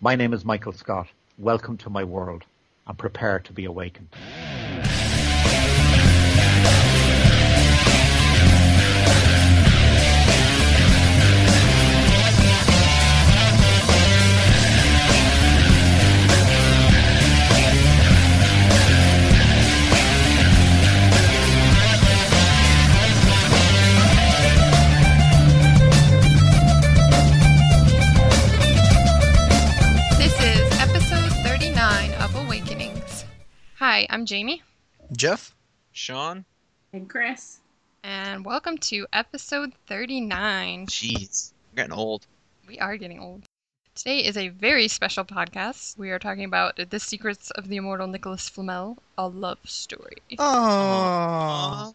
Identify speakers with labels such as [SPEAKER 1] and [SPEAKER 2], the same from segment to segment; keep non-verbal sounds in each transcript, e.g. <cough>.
[SPEAKER 1] My name is Michael Scott. Welcome to my world and prepare to be awakened.
[SPEAKER 2] This is episode 39 of Awakenings. Hi, I'm Jamie,
[SPEAKER 3] Jeff? Sean?
[SPEAKER 4] And Chris.
[SPEAKER 2] and welcome to episode 39.
[SPEAKER 3] Jeez. I'm getting old.
[SPEAKER 2] We are getting old. Today is a very special podcast. We are talking about The Secrets of the Immortal Nicholas Flamel, a love story.
[SPEAKER 3] Aw.
[SPEAKER 5] Oh,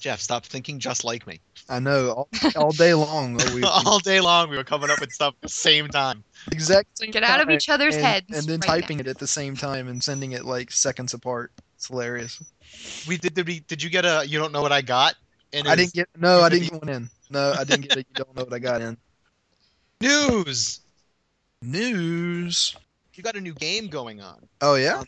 [SPEAKER 3] Jeff, stop thinking just like me.
[SPEAKER 5] I know. All, all day long,
[SPEAKER 2] <laughs>
[SPEAKER 5] we
[SPEAKER 3] <laughs> All day long we were coming up with stuff at the same time.
[SPEAKER 5] <laughs> exact same
[SPEAKER 2] Get out of
[SPEAKER 5] time,
[SPEAKER 2] each other's
[SPEAKER 5] and,
[SPEAKER 2] heads.
[SPEAKER 5] and then
[SPEAKER 2] right
[SPEAKER 5] typing
[SPEAKER 2] now.
[SPEAKER 5] it at the same time and sending it like seconds apart. It's hilarious.
[SPEAKER 3] We did did, we, did you get a you don't know what I got? And
[SPEAKER 5] I didn't get no.
[SPEAKER 3] it's
[SPEAKER 5] I
[SPEAKER 3] gonna
[SPEAKER 5] didn't get one in. No, I didn't get it. You don't know what I got in.
[SPEAKER 3] news.
[SPEAKER 5] News.
[SPEAKER 3] You got a new game going on
[SPEAKER 5] Oh yeah.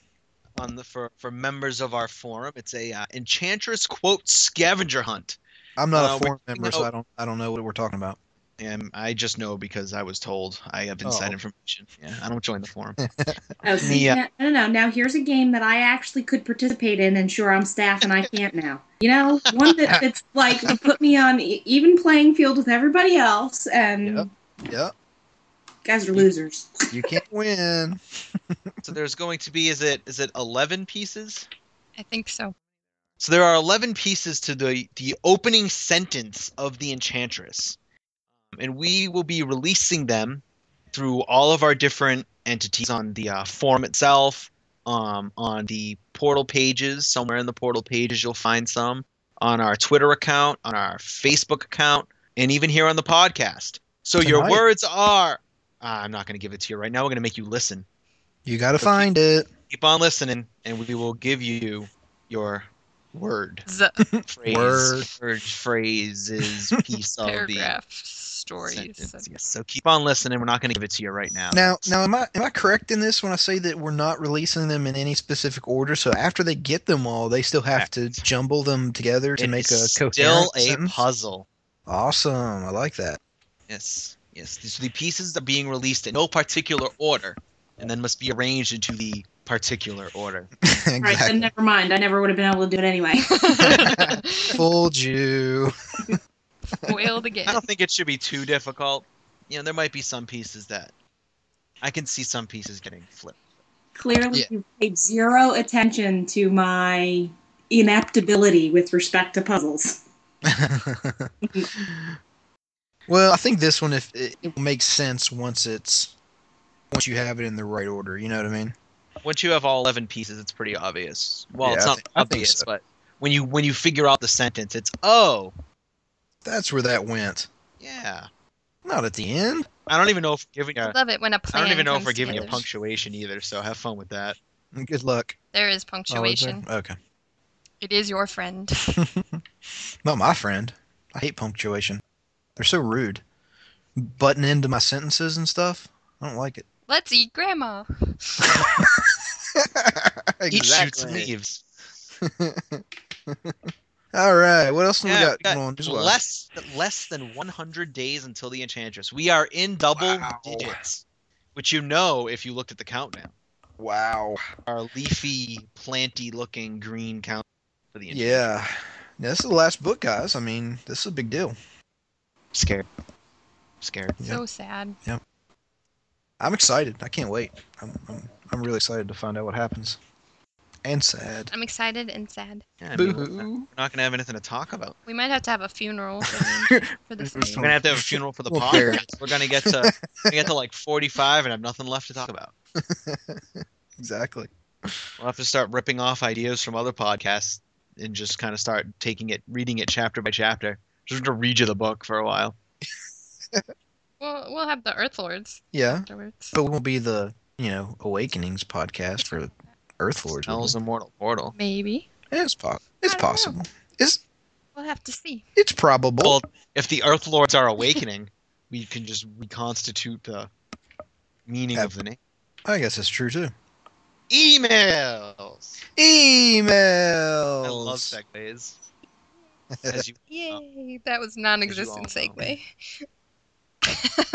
[SPEAKER 3] on the for, for members of our forum. It's a uh, Enchantress quote scavenger hunt.
[SPEAKER 5] I'm not
[SPEAKER 3] Uh,
[SPEAKER 5] a
[SPEAKER 3] we-
[SPEAKER 5] forum member, so
[SPEAKER 3] no.
[SPEAKER 5] I don't. I don't know what we're talking about.
[SPEAKER 3] And I just know because I was told. I have inside
[SPEAKER 5] Oh.
[SPEAKER 3] information. Yeah, I don't join the <laughs> forum.
[SPEAKER 4] Oh, see,
[SPEAKER 3] Yeah.
[SPEAKER 4] no, no, no. Now here's a game that I actually could participate in, and sure, I'm staff and I can't now. You know, one that, that's like would put me on e- even playing field with everybody else, and
[SPEAKER 5] Yep. Yep.
[SPEAKER 4] guys are losers.
[SPEAKER 5] You can't win.
[SPEAKER 3] so there's going to be is it is it 11 pieces?
[SPEAKER 2] I think
[SPEAKER 3] <laughs>
[SPEAKER 2] so.
[SPEAKER 3] So there are 11 pieces to the the opening sentence of the enchantress. Um, And we will be releasing them through all of our different entities on the uh, forum itself, um, on the portal pages, somewhere in the portal pages you'll find some, on our Twitter account, on our Facebook account, and even here on the podcast. So your
[SPEAKER 5] Tonight.
[SPEAKER 3] words are Ah, I'm not going to give it to you right now. We're going to make you listen.
[SPEAKER 5] You gotta find it.
[SPEAKER 3] Keep on listening, and we will give you your word
[SPEAKER 2] Z-
[SPEAKER 3] phrase,
[SPEAKER 5] Word.
[SPEAKER 3] word, phrases, piece of
[SPEAKER 2] paragraph
[SPEAKER 3] the
[SPEAKER 2] stories.
[SPEAKER 3] sentence. Yes. So keep on listening. We're not going to give it to you right now.
[SPEAKER 5] Now, now, am I am I correct in this when I say that we're not releasing them in any specific order? So after they get them all, they still have to
[SPEAKER 3] Correct.
[SPEAKER 5] jumble them together to
[SPEAKER 3] It
[SPEAKER 5] make a
[SPEAKER 3] is
[SPEAKER 5] coherent
[SPEAKER 3] still a
[SPEAKER 5] sentence?
[SPEAKER 3] puzzle.
[SPEAKER 5] Awesome, I like that. <laughs>
[SPEAKER 3] Yes. Yes. So the pieces are being released in no particular order, and then must be arranged into the particular order.
[SPEAKER 5] exactly.
[SPEAKER 4] All right, then never mind. I never would have been able to do it anyway.
[SPEAKER 5] Fooled you. <laughs>
[SPEAKER 2] Foiled again.
[SPEAKER 3] I don't think it should be too difficult. You know, there might be some pieces that I can see some pieces getting flipped.
[SPEAKER 4] Clearly,
[SPEAKER 5] Yeah.
[SPEAKER 4] you paid zero attention to my ineptability with respect to puzzles.
[SPEAKER 5] well, I think this one if it, it makes sense once it's once you have it in the right order. You know what I mean?
[SPEAKER 3] Once you have all eleven pieces, it's pretty obvious. Well,
[SPEAKER 5] Yeah,
[SPEAKER 3] it's
[SPEAKER 5] I
[SPEAKER 3] not
[SPEAKER 5] thi- I think
[SPEAKER 3] obvious,
[SPEAKER 5] so.
[SPEAKER 3] but when you when you figure out the sentence, it's oh
[SPEAKER 5] That's where that went.
[SPEAKER 3] yeah.
[SPEAKER 5] Not at the end.
[SPEAKER 3] I don't even know if we're giving you.
[SPEAKER 2] Love it when a
[SPEAKER 3] <laughs> I
[SPEAKER 2] plan
[SPEAKER 3] don't even know if
[SPEAKER 2] comes
[SPEAKER 3] we're giving you
[SPEAKER 2] together.
[SPEAKER 3] punctuation either. So have fun with that.
[SPEAKER 5] Good luck.
[SPEAKER 2] There is
[SPEAKER 5] Oh, is there?
[SPEAKER 2] punctuation.
[SPEAKER 5] Okay.
[SPEAKER 2] it is your friend. <laughs>
[SPEAKER 5] <laughs> Not my friend. I hate punctuation. They're so rude. Button into my sentences and stuff. I don't like it.
[SPEAKER 2] Let's eat grandma.
[SPEAKER 3] Eat shoots and leaves.
[SPEAKER 5] All right. What else do
[SPEAKER 3] Yeah,
[SPEAKER 5] we
[SPEAKER 3] we
[SPEAKER 5] got,
[SPEAKER 3] got
[SPEAKER 5] going on? Just what?
[SPEAKER 3] Less less than 100 days until the enchantress. We are in double
[SPEAKER 5] Wow.
[SPEAKER 3] digits, which you know if you looked at the countdown.
[SPEAKER 5] Wow.
[SPEAKER 3] Our leafy, planty-looking green count for the enchantress.
[SPEAKER 5] Yeah. Now, this is the last book, guys. I mean, this is a big deal.
[SPEAKER 3] Scared. Scared.
[SPEAKER 2] So sad.
[SPEAKER 5] I'm excited. I can't wait. I'm, I'm, I'm really excited to find out what happens. And sad.
[SPEAKER 2] I'm excited and sad.
[SPEAKER 3] Yeah, I mean,
[SPEAKER 5] Boo
[SPEAKER 3] uh, we're not-
[SPEAKER 5] hoo.
[SPEAKER 3] we're not gonna have anything to
[SPEAKER 5] <laughs>
[SPEAKER 3] talk about.
[SPEAKER 2] We might have to have a funeral for, the, for this.
[SPEAKER 5] There's
[SPEAKER 2] thing.
[SPEAKER 3] We're gonna have to have a funeral <laughs> for the
[SPEAKER 5] Well, fair.
[SPEAKER 3] podcast. We're gonna get to we get to like 45 and have nothing left to talk about.
[SPEAKER 5] Exactly.
[SPEAKER 3] We'll have to start ripping off ideas from other podcasts and just kind of start taking it, reading it chapter by chapter. Just to read you the book for a while.
[SPEAKER 2] We'll, we'll have the Earth Lords
[SPEAKER 5] Yeah.
[SPEAKER 2] afterwards.
[SPEAKER 5] But we won't be the, you know, Awakenings podcast for Earth Lords. will
[SPEAKER 3] Hell's
[SPEAKER 5] we?
[SPEAKER 3] immortal portal.
[SPEAKER 2] Maybe.
[SPEAKER 5] It's, po- it's
[SPEAKER 2] I don't know.
[SPEAKER 5] possible. It's,
[SPEAKER 2] We'll have to see.
[SPEAKER 5] it's probable.
[SPEAKER 3] <laughs> Well, if the Earth Lords are awakening, we can just reconstitute the meaning
[SPEAKER 5] Yeah.
[SPEAKER 3] of the name.
[SPEAKER 5] I guess that's true too.
[SPEAKER 3] Emails.
[SPEAKER 5] Emails.
[SPEAKER 3] I love
[SPEAKER 5] <laughs>
[SPEAKER 3] segues. As you,
[SPEAKER 5] Oh.
[SPEAKER 2] Yay! That was non-existent
[SPEAKER 3] As you all know.
[SPEAKER 2] segue. <laughs>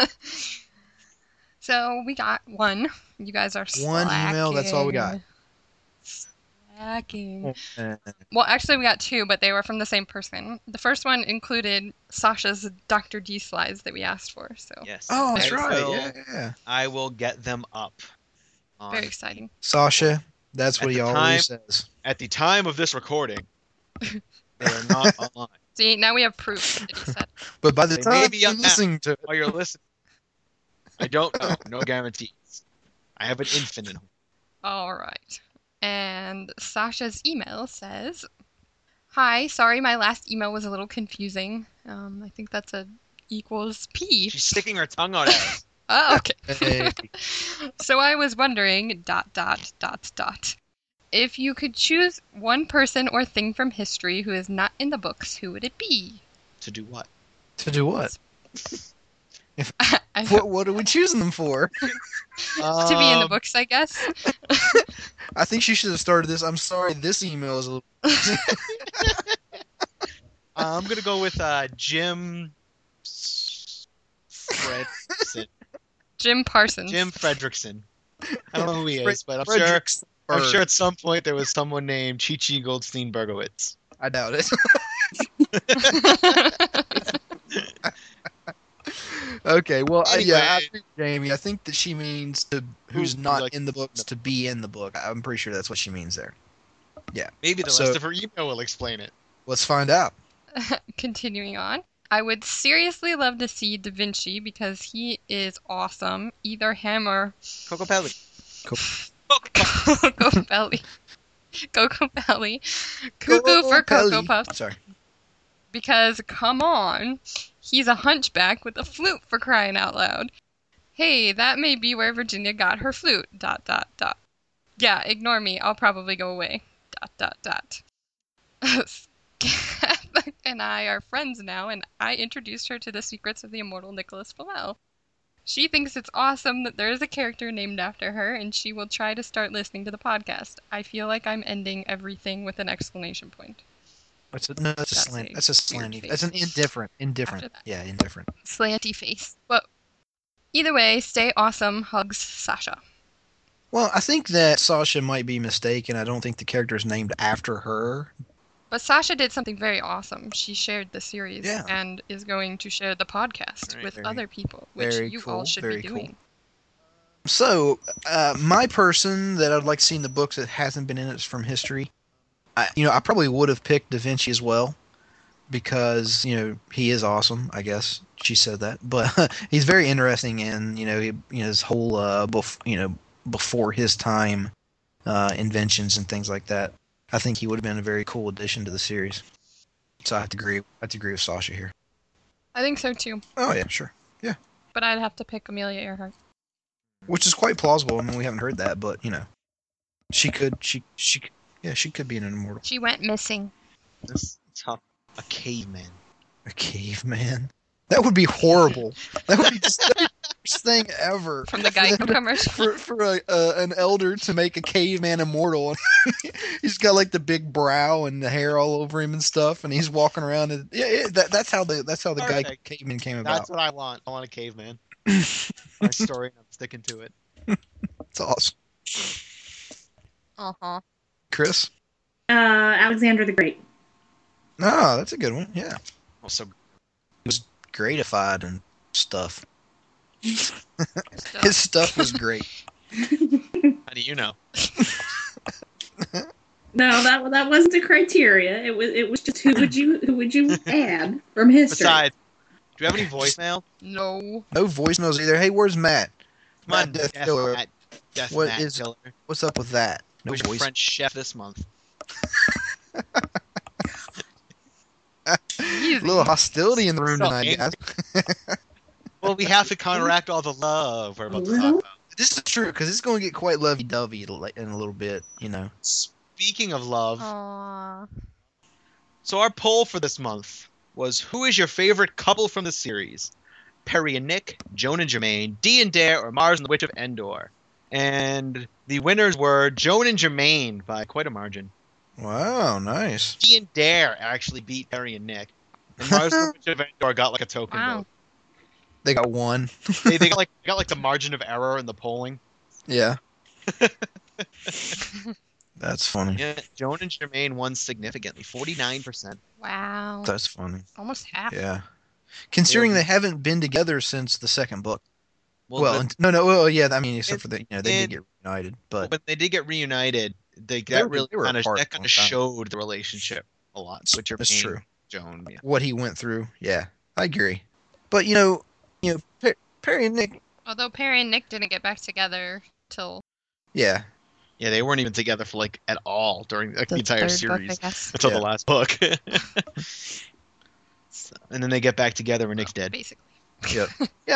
[SPEAKER 2] so we got one. You guys are slacking.
[SPEAKER 5] One email, that's all we got. Oh.
[SPEAKER 2] Slacking. Well, actually, we got two, but they were from the same person. The first one included Sasha's Dr. D slides that we asked for, so
[SPEAKER 3] yes.
[SPEAKER 5] oh, that's
[SPEAKER 3] I
[SPEAKER 5] right.
[SPEAKER 3] Will,
[SPEAKER 5] yeah, yeah, yeah.
[SPEAKER 3] I will get them up. on-
[SPEAKER 2] very exciting.
[SPEAKER 5] Sasha, that's
[SPEAKER 3] At
[SPEAKER 5] what he
[SPEAKER 3] the
[SPEAKER 5] always says.
[SPEAKER 3] At the time of this recording, they are not online.
[SPEAKER 2] See, now we have proof that he said.
[SPEAKER 5] But by the
[SPEAKER 3] They may
[SPEAKER 5] time
[SPEAKER 3] be
[SPEAKER 5] you're
[SPEAKER 3] up now.
[SPEAKER 5] listening to it,
[SPEAKER 3] While you're listening, I don't know. No guarantees. I have an infant in home.
[SPEAKER 2] All right. And Sasha's email says, "Hi, sorry my last email was a little confusing. Um, I think that's a equals P.
[SPEAKER 3] She's sticking her tongue out at us.
[SPEAKER 2] Oh, okay.
[SPEAKER 3] <laughs>
[SPEAKER 5] hey,
[SPEAKER 2] so I was wondering dot dot dot dot. If you could choose one person or thing from history who is not in the books, who would it be? <laughs>
[SPEAKER 3] To do what?
[SPEAKER 5] to do what?
[SPEAKER 2] I know,
[SPEAKER 5] What what are we choosing them for?
[SPEAKER 2] to be in the
[SPEAKER 3] Um,
[SPEAKER 2] books, I guess.
[SPEAKER 5] I think she should have started this. I'm sorry, this email is a little.
[SPEAKER 3] Um, I'm gonna go with uh, Jim. S- Fredrickson.
[SPEAKER 2] Jim Parsons.
[SPEAKER 3] Jim Fredrickson. I don't know who he is, but I'm sure.
[SPEAKER 5] Frederick's
[SPEAKER 3] I'm
[SPEAKER 5] bird.
[SPEAKER 3] sure at some point there was someone named Chi Chi Goldstein Bergowitz.
[SPEAKER 5] I doubt it. <laughs> okay, well, I- Uh, yeah, I
[SPEAKER 3] Anyway.
[SPEAKER 5] agree with Jamie, I think that she means to who's
[SPEAKER 3] Who,
[SPEAKER 5] not
[SPEAKER 3] like,
[SPEAKER 5] in the books to be in the book. I'm pretty sure that's what she means there.
[SPEAKER 3] Maybe the
[SPEAKER 5] So-
[SPEAKER 3] rest of her email will explain it.
[SPEAKER 5] Let's find out.
[SPEAKER 2] Continuing on, I would seriously love to see Da Vinci because he is awesome. Either him or
[SPEAKER 3] Coco Pelli.
[SPEAKER 2] Coco Belly. Coco Belly. Cuckoo for Coco
[SPEAKER 5] Pelli.
[SPEAKER 2] Puffs.
[SPEAKER 5] Sorry.
[SPEAKER 2] Because, come on, he's a hunchback with a flute for crying out loud. Hey, that may be where Virginia got her flute. Dot, dot, dot. Yeah, ignore me. I'll probably go away. Dot, dot, dot. <laughs> Kath and I are friends now, and I introduced her to the secrets of the immortal Nicholas Flamel. She thinks it's awesome that there is a character named after her, and she will try to start listening to the podcast. I feel like I'm ending everything with an exclamation point.
[SPEAKER 5] That's a, no, that's a
[SPEAKER 2] That's
[SPEAKER 5] slant.
[SPEAKER 2] a
[SPEAKER 5] That's a
[SPEAKER 2] weird
[SPEAKER 5] slanty.
[SPEAKER 2] face.
[SPEAKER 5] That's an indifferent. Indifferent.
[SPEAKER 2] After that.
[SPEAKER 5] Yeah, indifferent.
[SPEAKER 2] slanty face. But either way, stay awesome. Hugs, Sasha.
[SPEAKER 5] Well, I think that Sasha might be mistaken. I don't think the character is named after her.
[SPEAKER 2] But Sasha did something very awesome. She shared the series
[SPEAKER 5] Yeah.
[SPEAKER 2] and is going to share the podcast
[SPEAKER 3] Right,
[SPEAKER 2] with
[SPEAKER 5] very-
[SPEAKER 2] other people, which
[SPEAKER 5] very
[SPEAKER 2] you all
[SPEAKER 5] cool,
[SPEAKER 2] should
[SPEAKER 5] very
[SPEAKER 2] be
[SPEAKER 5] cool.
[SPEAKER 2] doing.
[SPEAKER 5] So, uh, my person that I'd like to see in the books that hasn't been in it from history, I, you know, I probably would have picked Da Vinci as well because, you know, he is awesome, I guess. She said that. But <laughs> he's very interesting and, you know, he, you know his whole, uh, bef- you know, before his time uh, inventions and things like that. I think he would have been a very cool addition to the series. So I have to agree. I have to agree with Sasha here.
[SPEAKER 2] I think so too.
[SPEAKER 5] Oh yeah, sure.
[SPEAKER 2] But I'd have to pick Amelia Earhart.
[SPEAKER 5] Which is quite plausible. I mean, we haven't heard that, but you know, she could. She she. could- Yeah, she could be an immortal.
[SPEAKER 2] She went missing.
[SPEAKER 3] That's tough. A caveman.
[SPEAKER 5] A caveman. That would be horrible. That would be just the worst thing ever.
[SPEAKER 2] From
[SPEAKER 5] <laughs>
[SPEAKER 2] the
[SPEAKER 5] For them
[SPEAKER 2] Geico
[SPEAKER 5] to-
[SPEAKER 2] commercial.
[SPEAKER 5] For for a, uh, an elder to make a caveman immortal, <laughs> he's got like the big brow and the hair all over him and stuff, and he's walking around. And, yeah, yeah, that, that's how the that's how the guy
[SPEAKER 3] Perfect.
[SPEAKER 5] caveman came about.
[SPEAKER 3] That's what I want. I want
[SPEAKER 5] <laughs>
[SPEAKER 3] a caveman. My story, and I'm sticking to it.
[SPEAKER 5] It's awesome,
[SPEAKER 2] Uh-huh.
[SPEAKER 5] Chris.
[SPEAKER 4] Uh, Alexander the Great.
[SPEAKER 5] No, that's a good one. Yeah,
[SPEAKER 3] Also,
[SPEAKER 5] gratified and stuff.
[SPEAKER 2] So-
[SPEAKER 5] His stuff was great.
[SPEAKER 3] how do you know?
[SPEAKER 4] No, that that wasn't a criteria. It was it was just who would you who would you add from history?
[SPEAKER 3] Besides, do you have any voicemail?
[SPEAKER 2] No.
[SPEAKER 5] No voicemails either. Hey, where's Matt?
[SPEAKER 3] Come on,
[SPEAKER 5] Death
[SPEAKER 3] Death,
[SPEAKER 5] Killer.
[SPEAKER 3] Matt. Death
[SPEAKER 5] What
[SPEAKER 3] Matt
[SPEAKER 5] is-
[SPEAKER 3] Killer.
[SPEAKER 5] What's up with that? No
[SPEAKER 3] Who's your
[SPEAKER 5] voice.
[SPEAKER 3] French chef this month?
[SPEAKER 5] A little hostility in the room
[SPEAKER 3] So
[SPEAKER 5] tonight, guys.
[SPEAKER 3] Well, we have to counteract all the love we're about to
[SPEAKER 4] Hello?
[SPEAKER 3] talk about.
[SPEAKER 5] This is true because it's going to get quite lovey-dovey in a little bit. You know,
[SPEAKER 3] Speaking of love,
[SPEAKER 2] Oh. Aww.
[SPEAKER 3] So our poll for this month was who is your favorite couple from the series? Perry and Nick, Joan and Jermaine, Dee and Dare, or Mars and the Witch of Endor. And the winners were Joan and Jermaine by quite a margin.
[SPEAKER 5] Wow, nice.
[SPEAKER 3] Dee and Dare actually beat Perry and Nick.
[SPEAKER 5] <laughs>
[SPEAKER 3] And Mars and the Witch of Endor got like a token
[SPEAKER 2] Wow.
[SPEAKER 3] vote.
[SPEAKER 5] They got one.
[SPEAKER 3] They, they got like they got like the margin of error in
[SPEAKER 5] <laughs>
[SPEAKER 3] the polling. <laughs>
[SPEAKER 5] Yeah. That's funny.
[SPEAKER 3] Yeah, Joan and Jermaine won significantly, forty nine percent.
[SPEAKER 2] Wow.
[SPEAKER 5] That's funny.
[SPEAKER 2] Almost half.
[SPEAKER 5] Yeah. Considering
[SPEAKER 3] Yeah.
[SPEAKER 5] they haven't been together since the second book. Well,
[SPEAKER 3] the-
[SPEAKER 5] and- no, no, well, yeah. I mean, except
[SPEAKER 3] It-
[SPEAKER 5] for the, you know, they
[SPEAKER 3] it-
[SPEAKER 5] did get reunited,
[SPEAKER 3] But
[SPEAKER 5] but
[SPEAKER 3] when they did get reunited, they
[SPEAKER 5] They
[SPEAKER 3] that
[SPEAKER 5] were-
[SPEAKER 3] really
[SPEAKER 5] they were
[SPEAKER 3] kind of
[SPEAKER 5] apart
[SPEAKER 3] that
[SPEAKER 5] for a
[SPEAKER 3] kind
[SPEAKER 5] long
[SPEAKER 3] of
[SPEAKER 5] time.
[SPEAKER 3] showed the relationship a lot. Which
[SPEAKER 5] that's true.
[SPEAKER 3] Joan. Yeah.
[SPEAKER 5] What he went through, yeah, I agree. But you know, you know, Per- Perry and Nick,
[SPEAKER 2] Although Perry and Nick didn't get back together till
[SPEAKER 5] yeah,
[SPEAKER 3] Yeah, they weren't even together for like at all during like, the,
[SPEAKER 2] the
[SPEAKER 3] entire
[SPEAKER 2] third book,
[SPEAKER 3] series
[SPEAKER 2] I guess.
[SPEAKER 3] until
[SPEAKER 5] Yeah.
[SPEAKER 3] the last book. <laughs> So- and then they get back together when Nick's dead.
[SPEAKER 2] Basically.
[SPEAKER 5] <laughs> yeah,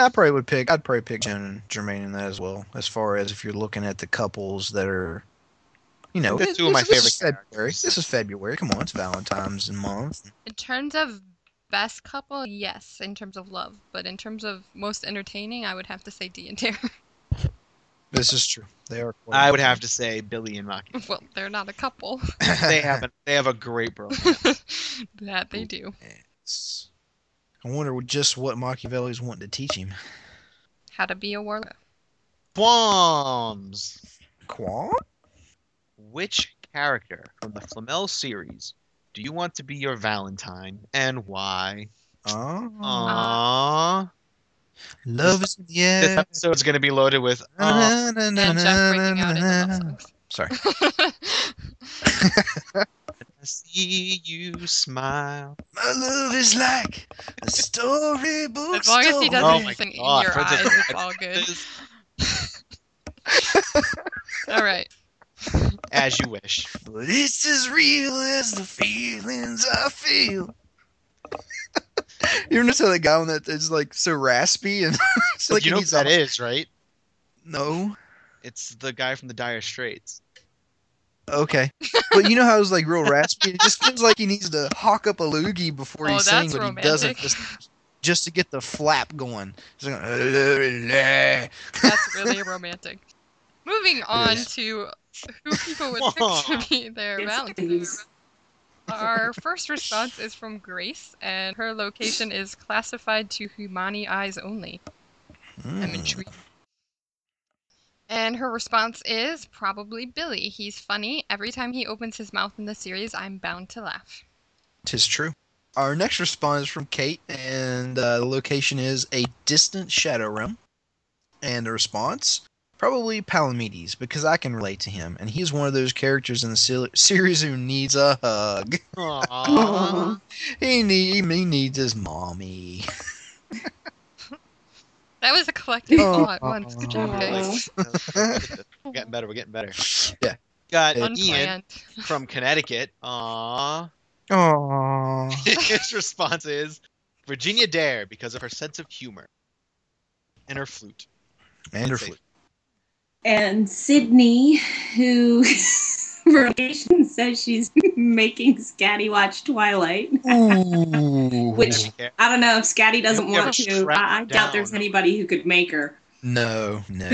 [SPEAKER 5] I probably would pick. I'd probably pick Joan and Jermaine in that as well. As far as if you're looking at the couples that are, you know,
[SPEAKER 3] They're
[SPEAKER 5] it-
[SPEAKER 3] two of my
[SPEAKER 5] this is
[SPEAKER 3] favorite
[SPEAKER 5] February.
[SPEAKER 3] characters.
[SPEAKER 5] This is February. Come on, it's Valentine's month.
[SPEAKER 2] In terms of best couple, yes, in terms of love. But in terms of most entertaining, I would have to say D and Dare.
[SPEAKER 5] This is true. They are.
[SPEAKER 3] I
[SPEAKER 5] <laughs>
[SPEAKER 3] would have <laughs> to say Billy and Rocky.
[SPEAKER 2] <laughs> well, they're not a couple. <laughs>
[SPEAKER 3] They have a, they have a great bro.
[SPEAKER 2] that they do.
[SPEAKER 5] Yes. I wonder just what Machiavelli's wanting to teach him.
[SPEAKER 2] How to be a warlock.
[SPEAKER 3] Qualms.
[SPEAKER 5] Quan?
[SPEAKER 3] Which character from the Flamel series do you want to be your Valentine and why?
[SPEAKER 5] Oh.
[SPEAKER 3] Aww.
[SPEAKER 5] Love is in the
[SPEAKER 3] This
[SPEAKER 5] air.
[SPEAKER 3] episode is going to be loaded with. "Aw."
[SPEAKER 5] Na- na- na-
[SPEAKER 2] And <laughs> Jeff breaking
[SPEAKER 5] na-
[SPEAKER 2] out
[SPEAKER 5] na-
[SPEAKER 2] into
[SPEAKER 5] na-
[SPEAKER 2] <laughs> love
[SPEAKER 5] Sorry.
[SPEAKER 2] songs.
[SPEAKER 3] I see you smile.
[SPEAKER 5] My love is like
[SPEAKER 3] <laughs>
[SPEAKER 5] a storybook.
[SPEAKER 2] As long as he
[SPEAKER 5] story.
[SPEAKER 3] Oh
[SPEAKER 2] doesn't
[SPEAKER 3] my
[SPEAKER 2] sing in
[SPEAKER 3] God,
[SPEAKER 2] your
[SPEAKER 3] Princess
[SPEAKER 2] eyes, it's all good.
[SPEAKER 3] Princess,
[SPEAKER 2] All right.
[SPEAKER 3] <laughs> As you wish.
[SPEAKER 5] But it's as real as the feelings I feel. you ever notice how that guy on that is like so raspy and <laughs> it's like
[SPEAKER 3] you
[SPEAKER 5] he
[SPEAKER 3] know who
[SPEAKER 5] needs
[SPEAKER 3] that
[SPEAKER 5] a-
[SPEAKER 3] is, right?
[SPEAKER 5] No.
[SPEAKER 3] It's the guy from the Dire Straits.
[SPEAKER 5] Okay. But you know how it's like real raspy? It just feels like he needs to hawk up a loogie before
[SPEAKER 2] Oh,
[SPEAKER 5] he sings,
[SPEAKER 2] that's
[SPEAKER 5] but
[SPEAKER 2] romantic.
[SPEAKER 5] he doesn't just, just to get the flap going. "Mm." He's <laughs> like,
[SPEAKER 2] That's really romantic. Moving on
[SPEAKER 5] is.
[SPEAKER 2] to who people would pick
[SPEAKER 3] <laughs>
[SPEAKER 2] to be their Valentine.
[SPEAKER 4] Please.
[SPEAKER 2] Our first response is from Grace, and her location is classified to Humani eyes only. I'm
[SPEAKER 5] Mm.
[SPEAKER 2] intrigued. And her response is probably Billy. He's funny. Every time he opens his mouth in the series, I'm bound to laugh.
[SPEAKER 5] Tis true. Our next response is from Kate, and uh, the location is a distant shadow realm. And the response probably Palamedes because I can relate to him, and he's one of those characters in the se- series who needs a hug.
[SPEAKER 3] Aww.
[SPEAKER 5] He need he needs his mommy.
[SPEAKER 2] That was a collective
[SPEAKER 5] Oh.
[SPEAKER 2] all at once. Good job, guys.
[SPEAKER 3] we're getting better. We're getting better.
[SPEAKER 5] Yeah.
[SPEAKER 3] Got
[SPEAKER 5] Hey.
[SPEAKER 3] Ian
[SPEAKER 2] Unplanned.
[SPEAKER 3] from Connecticut. Aww.
[SPEAKER 5] Aww.
[SPEAKER 3] <laughs> His response is Virginia Dare because of her sense of humor and her flute.
[SPEAKER 5] Wonderful.
[SPEAKER 4] And Sydney, who <laughs> relegation says she's <laughs> making Scatty watch Twilight.
[SPEAKER 5] Ooh.
[SPEAKER 4] Which- I don't know if Scatty doesn't
[SPEAKER 3] You never
[SPEAKER 4] want to.
[SPEAKER 3] strap
[SPEAKER 4] I, I doubt there's
[SPEAKER 3] down.
[SPEAKER 4] anybody who could make her.
[SPEAKER 5] No, no.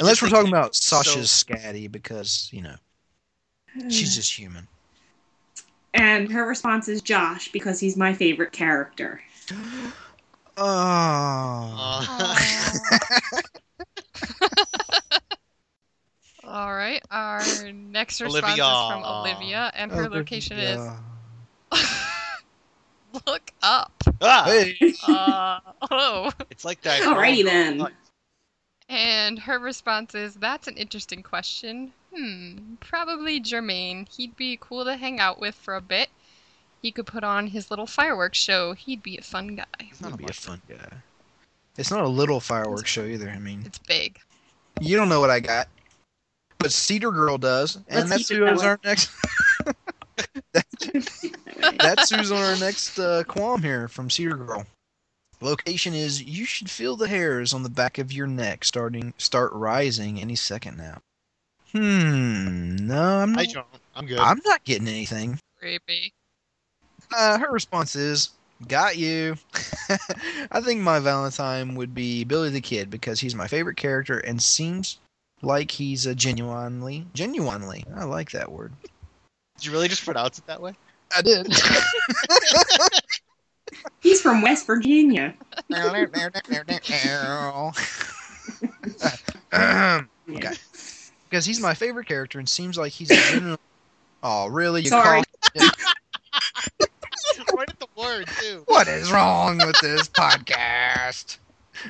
[SPEAKER 5] Unless
[SPEAKER 3] just
[SPEAKER 5] we're
[SPEAKER 3] thinks
[SPEAKER 5] talking about
[SPEAKER 3] so-
[SPEAKER 5] Sasha's Scatty because you know she's just human.
[SPEAKER 4] And her response is Josh because he's my favorite character.
[SPEAKER 3] Ah.
[SPEAKER 5] Oh.
[SPEAKER 3] Aw.
[SPEAKER 2] Aw. <laughs> All right. Our next response is from
[SPEAKER 3] Olivia.
[SPEAKER 2] Olivia, and her location
[SPEAKER 5] Oh,
[SPEAKER 2] is <laughs> look up.
[SPEAKER 3] <laughs> Ah,
[SPEAKER 5] Hey.
[SPEAKER 2] Uh, oh.
[SPEAKER 3] It's like that.
[SPEAKER 4] Alrighty then.
[SPEAKER 2] And her response is that's an interesting question. Hmm. Probably Jermaine. He'd be cool to hang out with for a bit. He could put on his little fireworks show. He'd be a fun guy.
[SPEAKER 3] It's not a
[SPEAKER 5] That'd be a
[SPEAKER 3] much-
[SPEAKER 5] fun guy. It's not a little fireworks show either. I mean,
[SPEAKER 2] It's big.
[SPEAKER 5] you don't know what I got, but Cedar Girl does, and that's
[SPEAKER 4] Let's keep
[SPEAKER 5] who
[SPEAKER 4] it
[SPEAKER 5] is
[SPEAKER 4] that way.
[SPEAKER 5] our next. That's who's on our next uh, qualm here from Cedar Girl. Location is you should feel the hairs on the back of your neck starting start rising any second now. Hmm. No, I'm
[SPEAKER 3] I
[SPEAKER 5] not.
[SPEAKER 3] don't. I'm good.
[SPEAKER 5] I'm not getting anything.
[SPEAKER 2] Creepy.
[SPEAKER 5] Uh, her response is Got you. <laughs> I think my Valentine would be Billy the Kid because he's my favorite character and seems like he's a genuinely genuinely. I like that word.
[SPEAKER 3] Did you really just pronounce it that <laughs> way?
[SPEAKER 5] I did. <laughs>
[SPEAKER 4] He's from West Virginia.
[SPEAKER 5] Okay. because he's my favorite character and seems like <coughs> he's a genuine. Oh, really? You
[SPEAKER 4] Sorry.
[SPEAKER 3] right at the word <laughs> too.
[SPEAKER 5] What is wrong with this <laughs> podcast?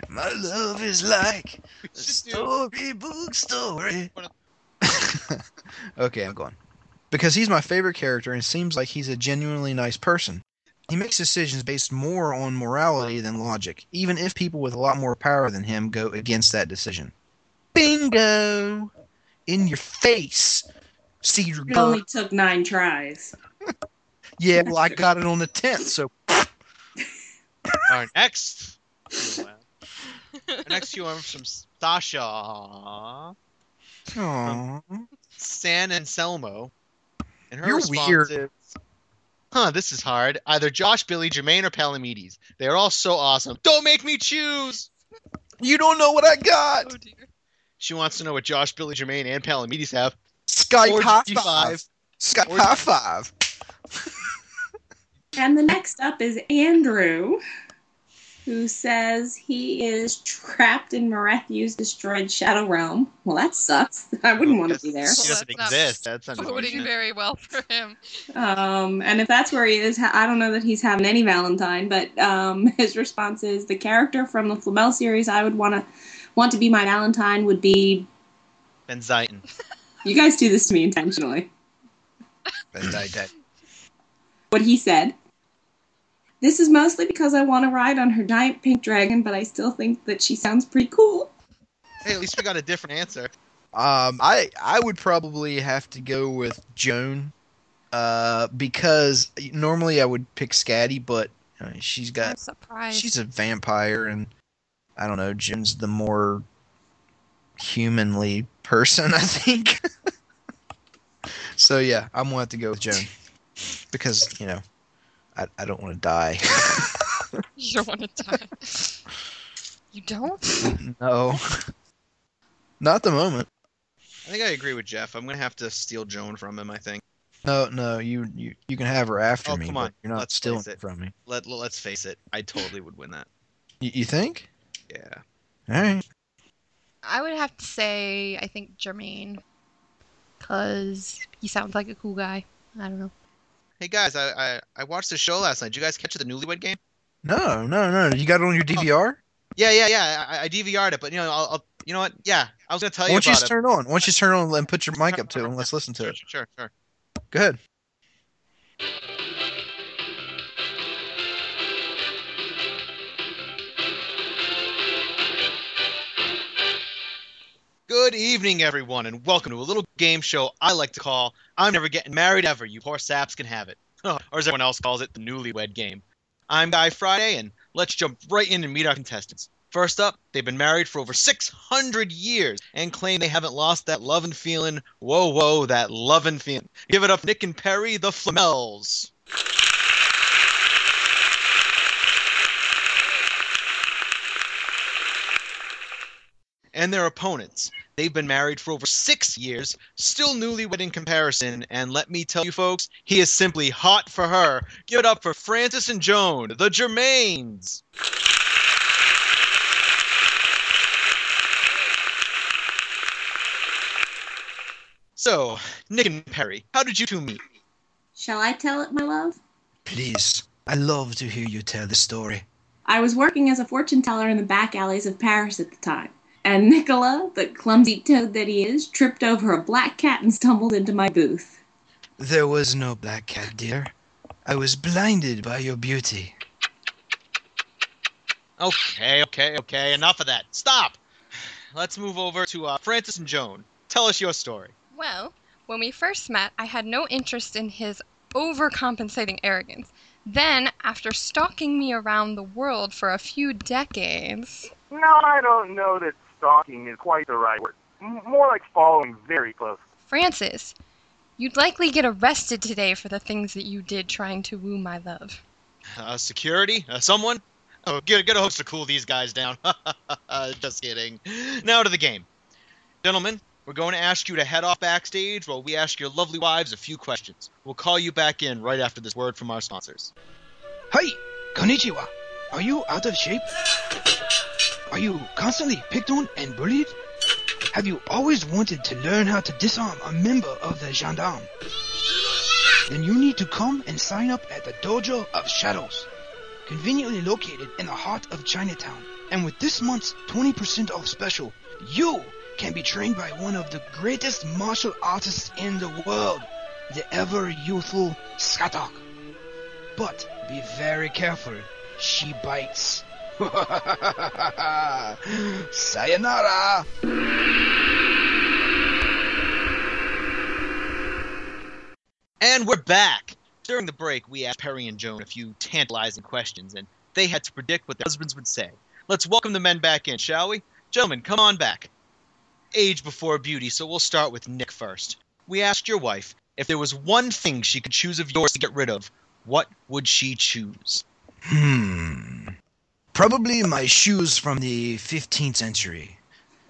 [SPEAKER 5] My love is like
[SPEAKER 3] We
[SPEAKER 5] a
[SPEAKER 3] should do
[SPEAKER 5] storybook story. <laughs> okay, I'm going. Because he's my favorite character and seems like he's a genuinely nice person. He makes decisions based more on morality than logic, even if people with a lot more power than him go against that decision. Bingo! In your face, Cedar
[SPEAKER 4] It
[SPEAKER 5] Girl.
[SPEAKER 4] only took nine tries.
[SPEAKER 5] Yeah, well, I got it on the 10th, so
[SPEAKER 3] our <laughs> next. our next few are from Sasha,
[SPEAKER 5] Aww.
[SPEAKER 3] San Anselmo, and her
[SPEAKER 5] You're
[SPEAKER 3] response
[SPEAKER 5] weird.
[SPEAKER 3] is, "Huh, this is hard. Either Josh, Billy, Jermaine, or Palamedes. They are all so awesome. Don't make me choose."
[SPEAKER 5] You don't know what I got.
[SPEAKER 2] Oh dear.
[SPEAKER 3] She wants to know what Josh, Billy, Jermaine, and Palamedes have.
[SPEAKER 5] Skype
[SPEAKER 3] Or
[SPEAKER 5] high
[SPEAKER 3] 55.
[SPEAKER 5] five. Skype
[SPEAKER 3] Or-
[SPEAKER 5] high five.
[SPEAKER 4] And the next up is Andrew, who says he is trapped in Marathu's destroyed Shadow Realm. Well, that sucks. <laughs> I wouldn't want to be there.
[SPEAKER 3] She doesn't
[SPEAKER 2] Well, that's not
[SPEAKER 3] exist. That's
[SPEAKER 2] Voting
[SPEAKER 3] unfortunate.
[SPEAKER 2] very well for him.
[SPEAKER 4] Um, and if that's where he is, ha- I don't know that he's having any Valentine. But um, <laughs> his response is the character from the Flamel series I would want to want to be my Valentine would be.
[SPEAKER 3] Ben Zaitin.
[SPEAKER 4] You guys do this to me intentionally.
[SPEAKER 5] That's
[SPEAKER 4] what he said. This is mostly because I want to ride on her giant pink dragon, but I still think that she sounds pretty cool.
[SPEAKER 3] Hey, at least we got a different answer.
[SPEAKER 5] Um, I I would probably have to go with Joan, uh, because normally I would pick Scatty, but uh, she's
[SPEAKER 2] I'm
[SPEAKER 5] got
[SPEAKER 2] surprised.
[SPEAKER 5] she's a vampire, and I don't know. Jim's the more humanly person, <laughs> I think. so yeah, I'm gonna have to go with Joan because you know I I don't want to die. <laughs>
[SPEAKER 2] You don't want to <laughs> die. you don't?
[SPEAKER 5] no, not at the moment.
[SPEAKER 3] I think I agree with Jeff. I'm gonna have to steal Joan from him. I think.
[SPEAKER 5] No, no, you you, you can have her after
[SPEAKER 3] Oh,
[SPEAKER 5] me.
[SPEAKER 3] come
[SPEAKER 5] but
[SPEAKER 3] on,
[SPEAKER 5] you're not
[SPEAKER 3] let's
[SPEAKER 5] stealing
[SPEAKER 3] face it.
[SPEAKER 5] from me.
[SPEAKER 3] Let Let's face it. I totally would win that.
[SPEAKER 5] You, you think?
[SPEAKER 3] Yeah.
[SPEAKER 5] All right.
[SPEAKER 2] I would have to say, I think Jermaine. Because he sounds like a cool guy. I don't know.
[SPEAKER 3] Hey guys, I, I I watched the show last night. Did you guys catch the Newlywed Game?
[SPEAKER 5] No, no, no. You got it on your DVR.
[SPEAKER 3] Yeah, yeah, yeah. I, I DVR'd it, but you know, I'll, I'll you know what? Yeah, I was gonna tell
[SPEAKER 5] Why
[SPEAKER 3] you
[SPEAKER 5] don't you
[SPEAKER 3] about
[SPEAKER 5] just
[SPEAKER 3] it.
[SPEAKER 5] turn it on? Why don't you turn it on and put your mic up to it and let's listen to
[SPEAKER 3] Sure,
[SPEAKER 5] it?
[SPEAKER 3] sure, sure.
[SPEAKER 5] Go ahead.
[SPEAKER 3] Good evening, everyone, and welcome to a little game show I like to call "I'm Never Getting Married Ever." You horse saps can have it, <laughs> or as everyone else calls it, the Newlywed Game. I'm Guy Friday, and let's jump right in and meet our contestants. First up, they've been married for over 600 years and claim they haven't lost that lovin' feeling. Whoa, whoa, that lovin' feeling. Give it up, Nick and Perry, the Flamels. and their opponents. They've been married for over six years, still newlywed in comparison, and let me tell you folks, he is simply hot for her. Give it up for Francis and Joan, the Germains. So, Nick and Perry, how did you two meet?
[SPEAKER 4] Shall I tell it, my love?
[SPEAKER 5] Please. I love to hear you tell the story.
[SPEAKER 4] I was working as a fortune teller in the back alleys of Paris at the time, and Nicola, the clumsy toad that he is, tripped over a black cat and stumbled into my booth.
[SPEAKER 5] There was no black cat, dear. I was blinded by your beauty.
[SPEAKER 3] Okay, okay, okay, enough of that. Stop! Let's move over to uh, Francis and Joan. Tell us your story.
[SPEAKER 2] Well, when we first met, I had no interest in his overcompensating arrogance. Then, after stalking me around the world for a few decades,
[SPEAKER 6] No, I don't know that stalking is quite the right word. M- more like following very close.
[SPEAKER 2] Francis, you'd likely get arrested today for the things that you did trying to woo my love.
[SPEAKER 3] Uh, security? Uh, someone? Oh, get, get a host to cool these guys down. <laughs> Just kidding. Now to the game. Gentlemen, we're going to ask you to head off backstage while we ask your lovely wives a few questions. We'll call you back in right after this word from our sponsors.
[SPEAKER 7] Hi, konnichiwa. Are you out of shape? Are you constantly picked on and bullied? Have you always wanted to learn how to disarm a member of the gendarme? Then you need to come and sign up at the Dojo of Shadows, conveniently located in the heart of Chinatown. And with this month's 20% off special, you can be trained by one of the greatest martial artists in the world, the ever youthful Skatok. But be very careful. She bites. <laughs> Sayonara!
[SPEAKER 3] And we're back! During the break, we asked Perry and Joan a few tantalizing questions, and they had to predict what their husbands would say. Let's welcome the men back in, shall we? Gentlemen, come on back. Age before beauty, so we'll start with Nick first. We asked your wife if there was one thing she could choose of yours to get rid of, what would she choose?
[SPEAKER 5] Hmm. Probably my shoes from the 15th century.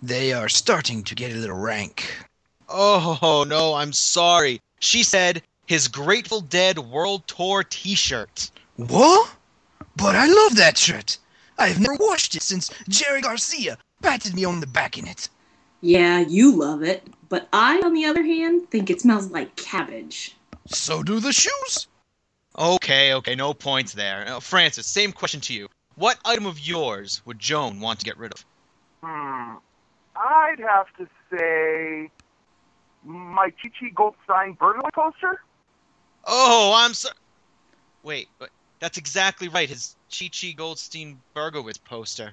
[SPEAKER 5] They are starting to get a little rank.
[SPEAKER 3] Oh, no, I'm sorry. She said his Grateful Dead World Tour t shirt.
[SPEAKER 5] What? But I love that shirt. I have never washed it since Jerry Garcia patted me on the back in it.
[SPEAKER 4] Yeah, you love it. But I, on the other hand, think it smells like cabbage.
[SPEAKER 5] So do the shoes.
[SPEAKER 3] Okay, okay, no points there. Now, Francis, same question to you. What item of yours would Joan want to get rid of?
[SPEAKER 6] Hmm. I'd have to say my Chichi Goldstein burglary poster.
[SPEAKER 3] Oh, I'm sorry. Wait, but that's exactly right. His Chi Chi Goldstein Bergowitz poster.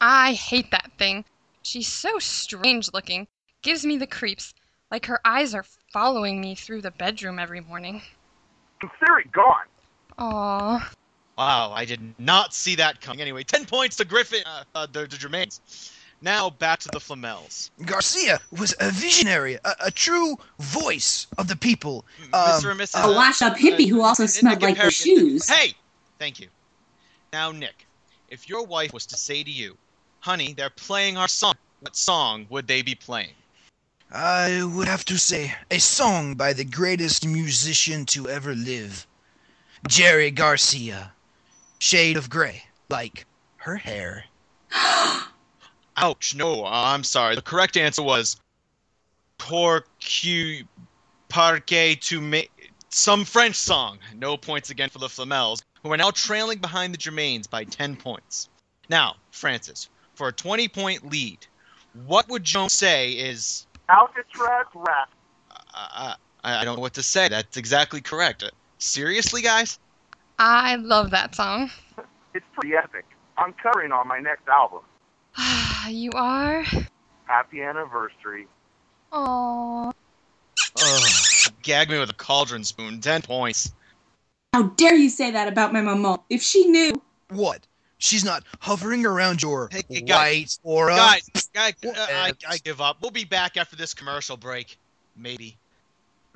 [SPEAKER 2] I hate that thing. She's so strange looking. Gives me the creeps. Like her eyes are following me through the bedroom every morning.
[SPEAKER 6] Consider it gone.
[SPEAKER 2] Aw.
[SPEAKER 3] Wow, I did not see that coming. Anyway, 10 points to Griffin, uh, uh, the, the Germains. Now back to the Flamels.
[SPEAKER 5] Garcia was a visionary, a, a true voice of the people.
[SPEAKER 3] M-
[SPEAKER 5] Um,
[SPEAKER 3] Mr. Hmm, and Mrs.
[SPEAKER 5] uh,
[SPEAKER 4] A washed up hippie who also
[SPEAKER 3] in the
[SPEAKER 4] smelled like the
[SPEAKER 3] comparison-
[SPEAKER 4] shoes.
[SPEAKER 3] Hey! Thank you. Now, Nick, if your wife was to say to you, honey, they're playing our song, what song would they be playing?
[SPEAKER 5] I would have to say a song by the greatest musician to ever live, Jerry Garcia. Shade of gray, like her hair.
[SPEAKER 3] Ouch, no, I'm sorry. The correct answer was Porcu Parque to me some French song. No points again for the Flamels, who are now trailing behind the Germains by 10 points. Now, Francis, for a 20 point lead, what would Joan say is.
[SPEAKER 6] Alcatraz Rat.
[SPEAKER 3] Uh, I, I don't know what to say. That's exactly correct. Uh, seriously, guys?
[SPEAKER 2] I love that song. <sighs>
[SPEAKER 6] It's pretty epic. I'm covering on my next album.
[SPEAKER 2] you are?
[SPEAKER 6] Happy anniversary.
[SPEAKER 2] Aw.
[SPEAKER 3] Ugh, gag me with a cauldron spoon. 10 points.
[SPEAKER 4] How dare you say that about my mama? If she knew.
[SPEAKER 5] What? She's not hovering around your
[SPEAKER 3] Hey, hey,
[SPEAKER 5] white
[SPEAKER 3] guys.
[SPEAKER 5] aura.
[SPEAKER 3] Guys, guys uh,
[SPEAKER 5] What
[SPEAKER 3] I,
[SPEAKER 5] else?
[SPEAKER 3] I give up. We'll be back after this commercial break. Maybe.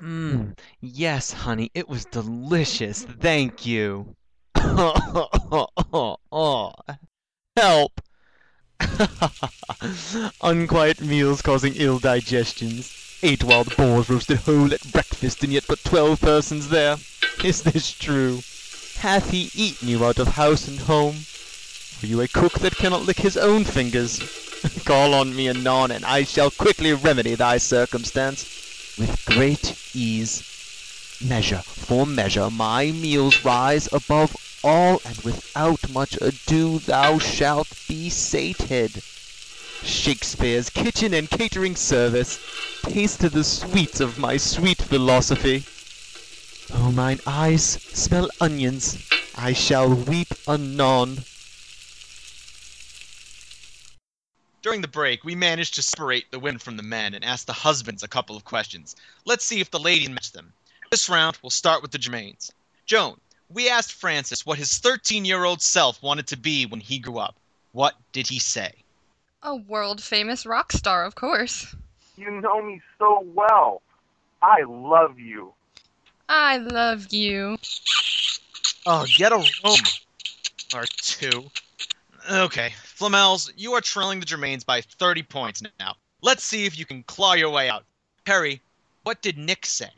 [SPEAKER 8] Mmm. Yes, honey, it was delicious. Thank you. <laughs> Help. <laughs> Unquiet meals causing ill digestions. Eight wild boars roasted whole at breakfast, and yet but twelve persons there. Is this true? Hath he eaten you out of house and home? Are you a cook that cannot lick his own fingers? <laughs> Call on me anon, and I shall quickly remedy thy circumstance with great ease. Measure for measure, my meals rise above all, and without much ado thou shalt be sated. Shakespeare's kitchen and catering service, taste the sweets of my sweet philosophy. Oh, mine eyes smell onions, I shall weep anon.
[SPEAKER 3] During the break, we managed to separate the women from the men and ask the husbands a couple of questions. Let's see if the ladies match them. This round, we'll start with the Germains. Joan, we asked Francis what his 13 year old self wanted to be when he grew up. What did he say?
[SPEAKER 2] A world famous rock star, of course.
[SPEAKER 6] You know me so
[SPEAKER 2] <laughs>
[SPEAKER 6] well. I love you.
[SPEAKER 2] I love you.
[SPEAKER 3] Oh, get a room. Or two. Okay, Flamels, you are trailing the Germains by 30 points now. Let's see if you can claw your way out. Perry, what did Nick say?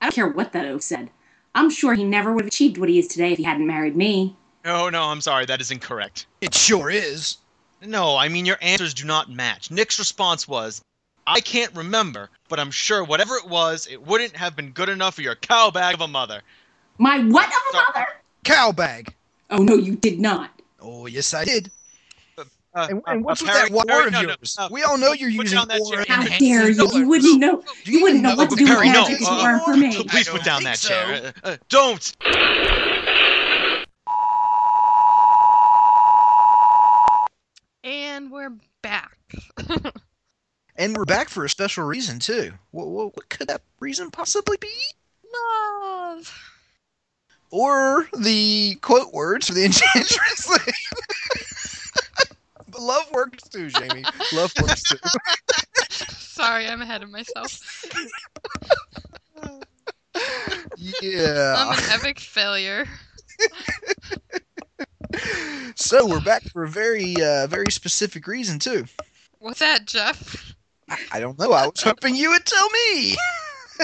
[SPEAKER 4] I don't care what that oaf said. I'm sure he never would have achieved what he is today if he hadn't married me.
[SPEAKER 3] Oh, No, no, I'm sorry, that is incorrect.
[SPEAKER 5] It sure is.
[SPEAKER 3] No, I mean your answers do not match. Nick's response was, I can't remember, but I'm sure whatever it was, it wouldn't have been good enough for your cow bag of a mother.
[SPEAKER 4] My what of a
[SPEAKER 3] Sorry.
[SPEAKER 4] mother?
[SPEAKER 5] Cow bag.
[SPEAKER 4] Oh no, you did not.
[SPEAKER 5] Oh, yes, I did.
[SPEAKER 3] Uh,
[SPEAKER 5] And,
[SPEAKER 3] uh,
[SPEAKER 5] and what's
[SPEAKER 3] uh,
[SPEAKER 5] with
[SPEAKER 3] Perry-
[SPEAKER 5] that war
[SPEAKER 3] Perry,
[SPEAKER 5] of
[SPEAKER 3] no, no,
[SPEAKER 5] yours?
[SPEAKER 3] uh,
[SPEAKER 5] we all know you're
[SPEAKER 3] put
[SPEAKER 5] using
[SPEAKER 3] down that
[SPEAKER 5] war.
[SPEAKER 3] chair.
[SPEAKER 5] and
[SPEAKER 4] How
[SPEAKER 3] Hanson
[SPEAKER 4] dare you?
[SPEAKER 3] Miller.
[SPEAKER 4] You wouldn't know.
[SPEAKER 5] Do
[SPEAKER 4] You wouldn't know
[SPEAKER 5] even
[SPEAKER 4] what to do with
[SPEAKER 3] Perry, no,
[SPEAKER 4] magic if
[SPEAKER 3] uh,
[SPEAKER 4] it weren't
[SPEAKER 5] <laughs>
[SPEAKER 4] for me.
[SPEAKER 3] Please
[SPEAKER 5] I
[SPEAKER 3] put
[SPEAKER 5] don't
[SPEAKER 3] down
[SPEAKER 5] think
[SPEAKER 3] that
[SPEAKER 5] so.
[SPEAKER 3] chair. Uh, uh, don't!
[SPEAKER 2] And we're back.
[SPEAKER 5] And we're back for a special reason too. What, what, what could that reason possibly be?
[SPEAKER 2] Love.
[SPEAKER 5] Or the quote words for the <laughs> enchantress. but love works too, Jamie. Love works too.
[SPEAKER 2] Sorry, I'm ahead of myself. I'm
[SPEAKER 5] <laughs> Yeah.
[SPEAKER 2] an epic failure.
[SPEAKER 5] Um, So we're back for a very, uh, very specific reason too.
[SPEAKER 2] What's that, Jeff?
[SPEAKER 5] I don't know. I was hoping you would tell me.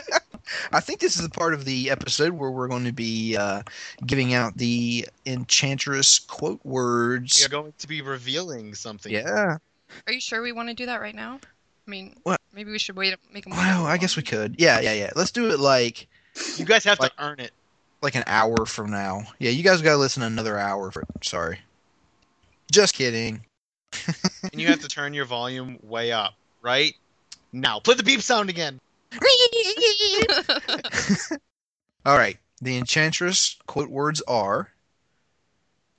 [SPEAKER 5] <laughs> I think this is the part of the episode where we're going to be uh, giving out the enchantress quote
[SPEAKER 3] We
[SPEAKER 5] words.
[SPEAKER 3] are going to be revealing something.
[SPEAKER 5] Yeah.
[SPEAKER 2] Are you sure we want to do that right now? I mean,
[SPEAKER 5] What?
[SPEAKER 2] maybe we should wait. Make them.
[SPEAKER 5] Well, I guess we could. Yeah, yeah, yeah. Let's do it like
[SPEAKER 3] You guys have
[SPEAKER 5] Like-
[SPEAKER 3] to earn it.
[SPEAKER 5] like an hour from now. Yeah, you guys got to listen another hour for. Sorry. Just kidding.
[SPEAKER 3] And you have to turn your volume way up, right? Now, play the beep sound again.
[SPEAKER 5] All right. The enchantress quote words are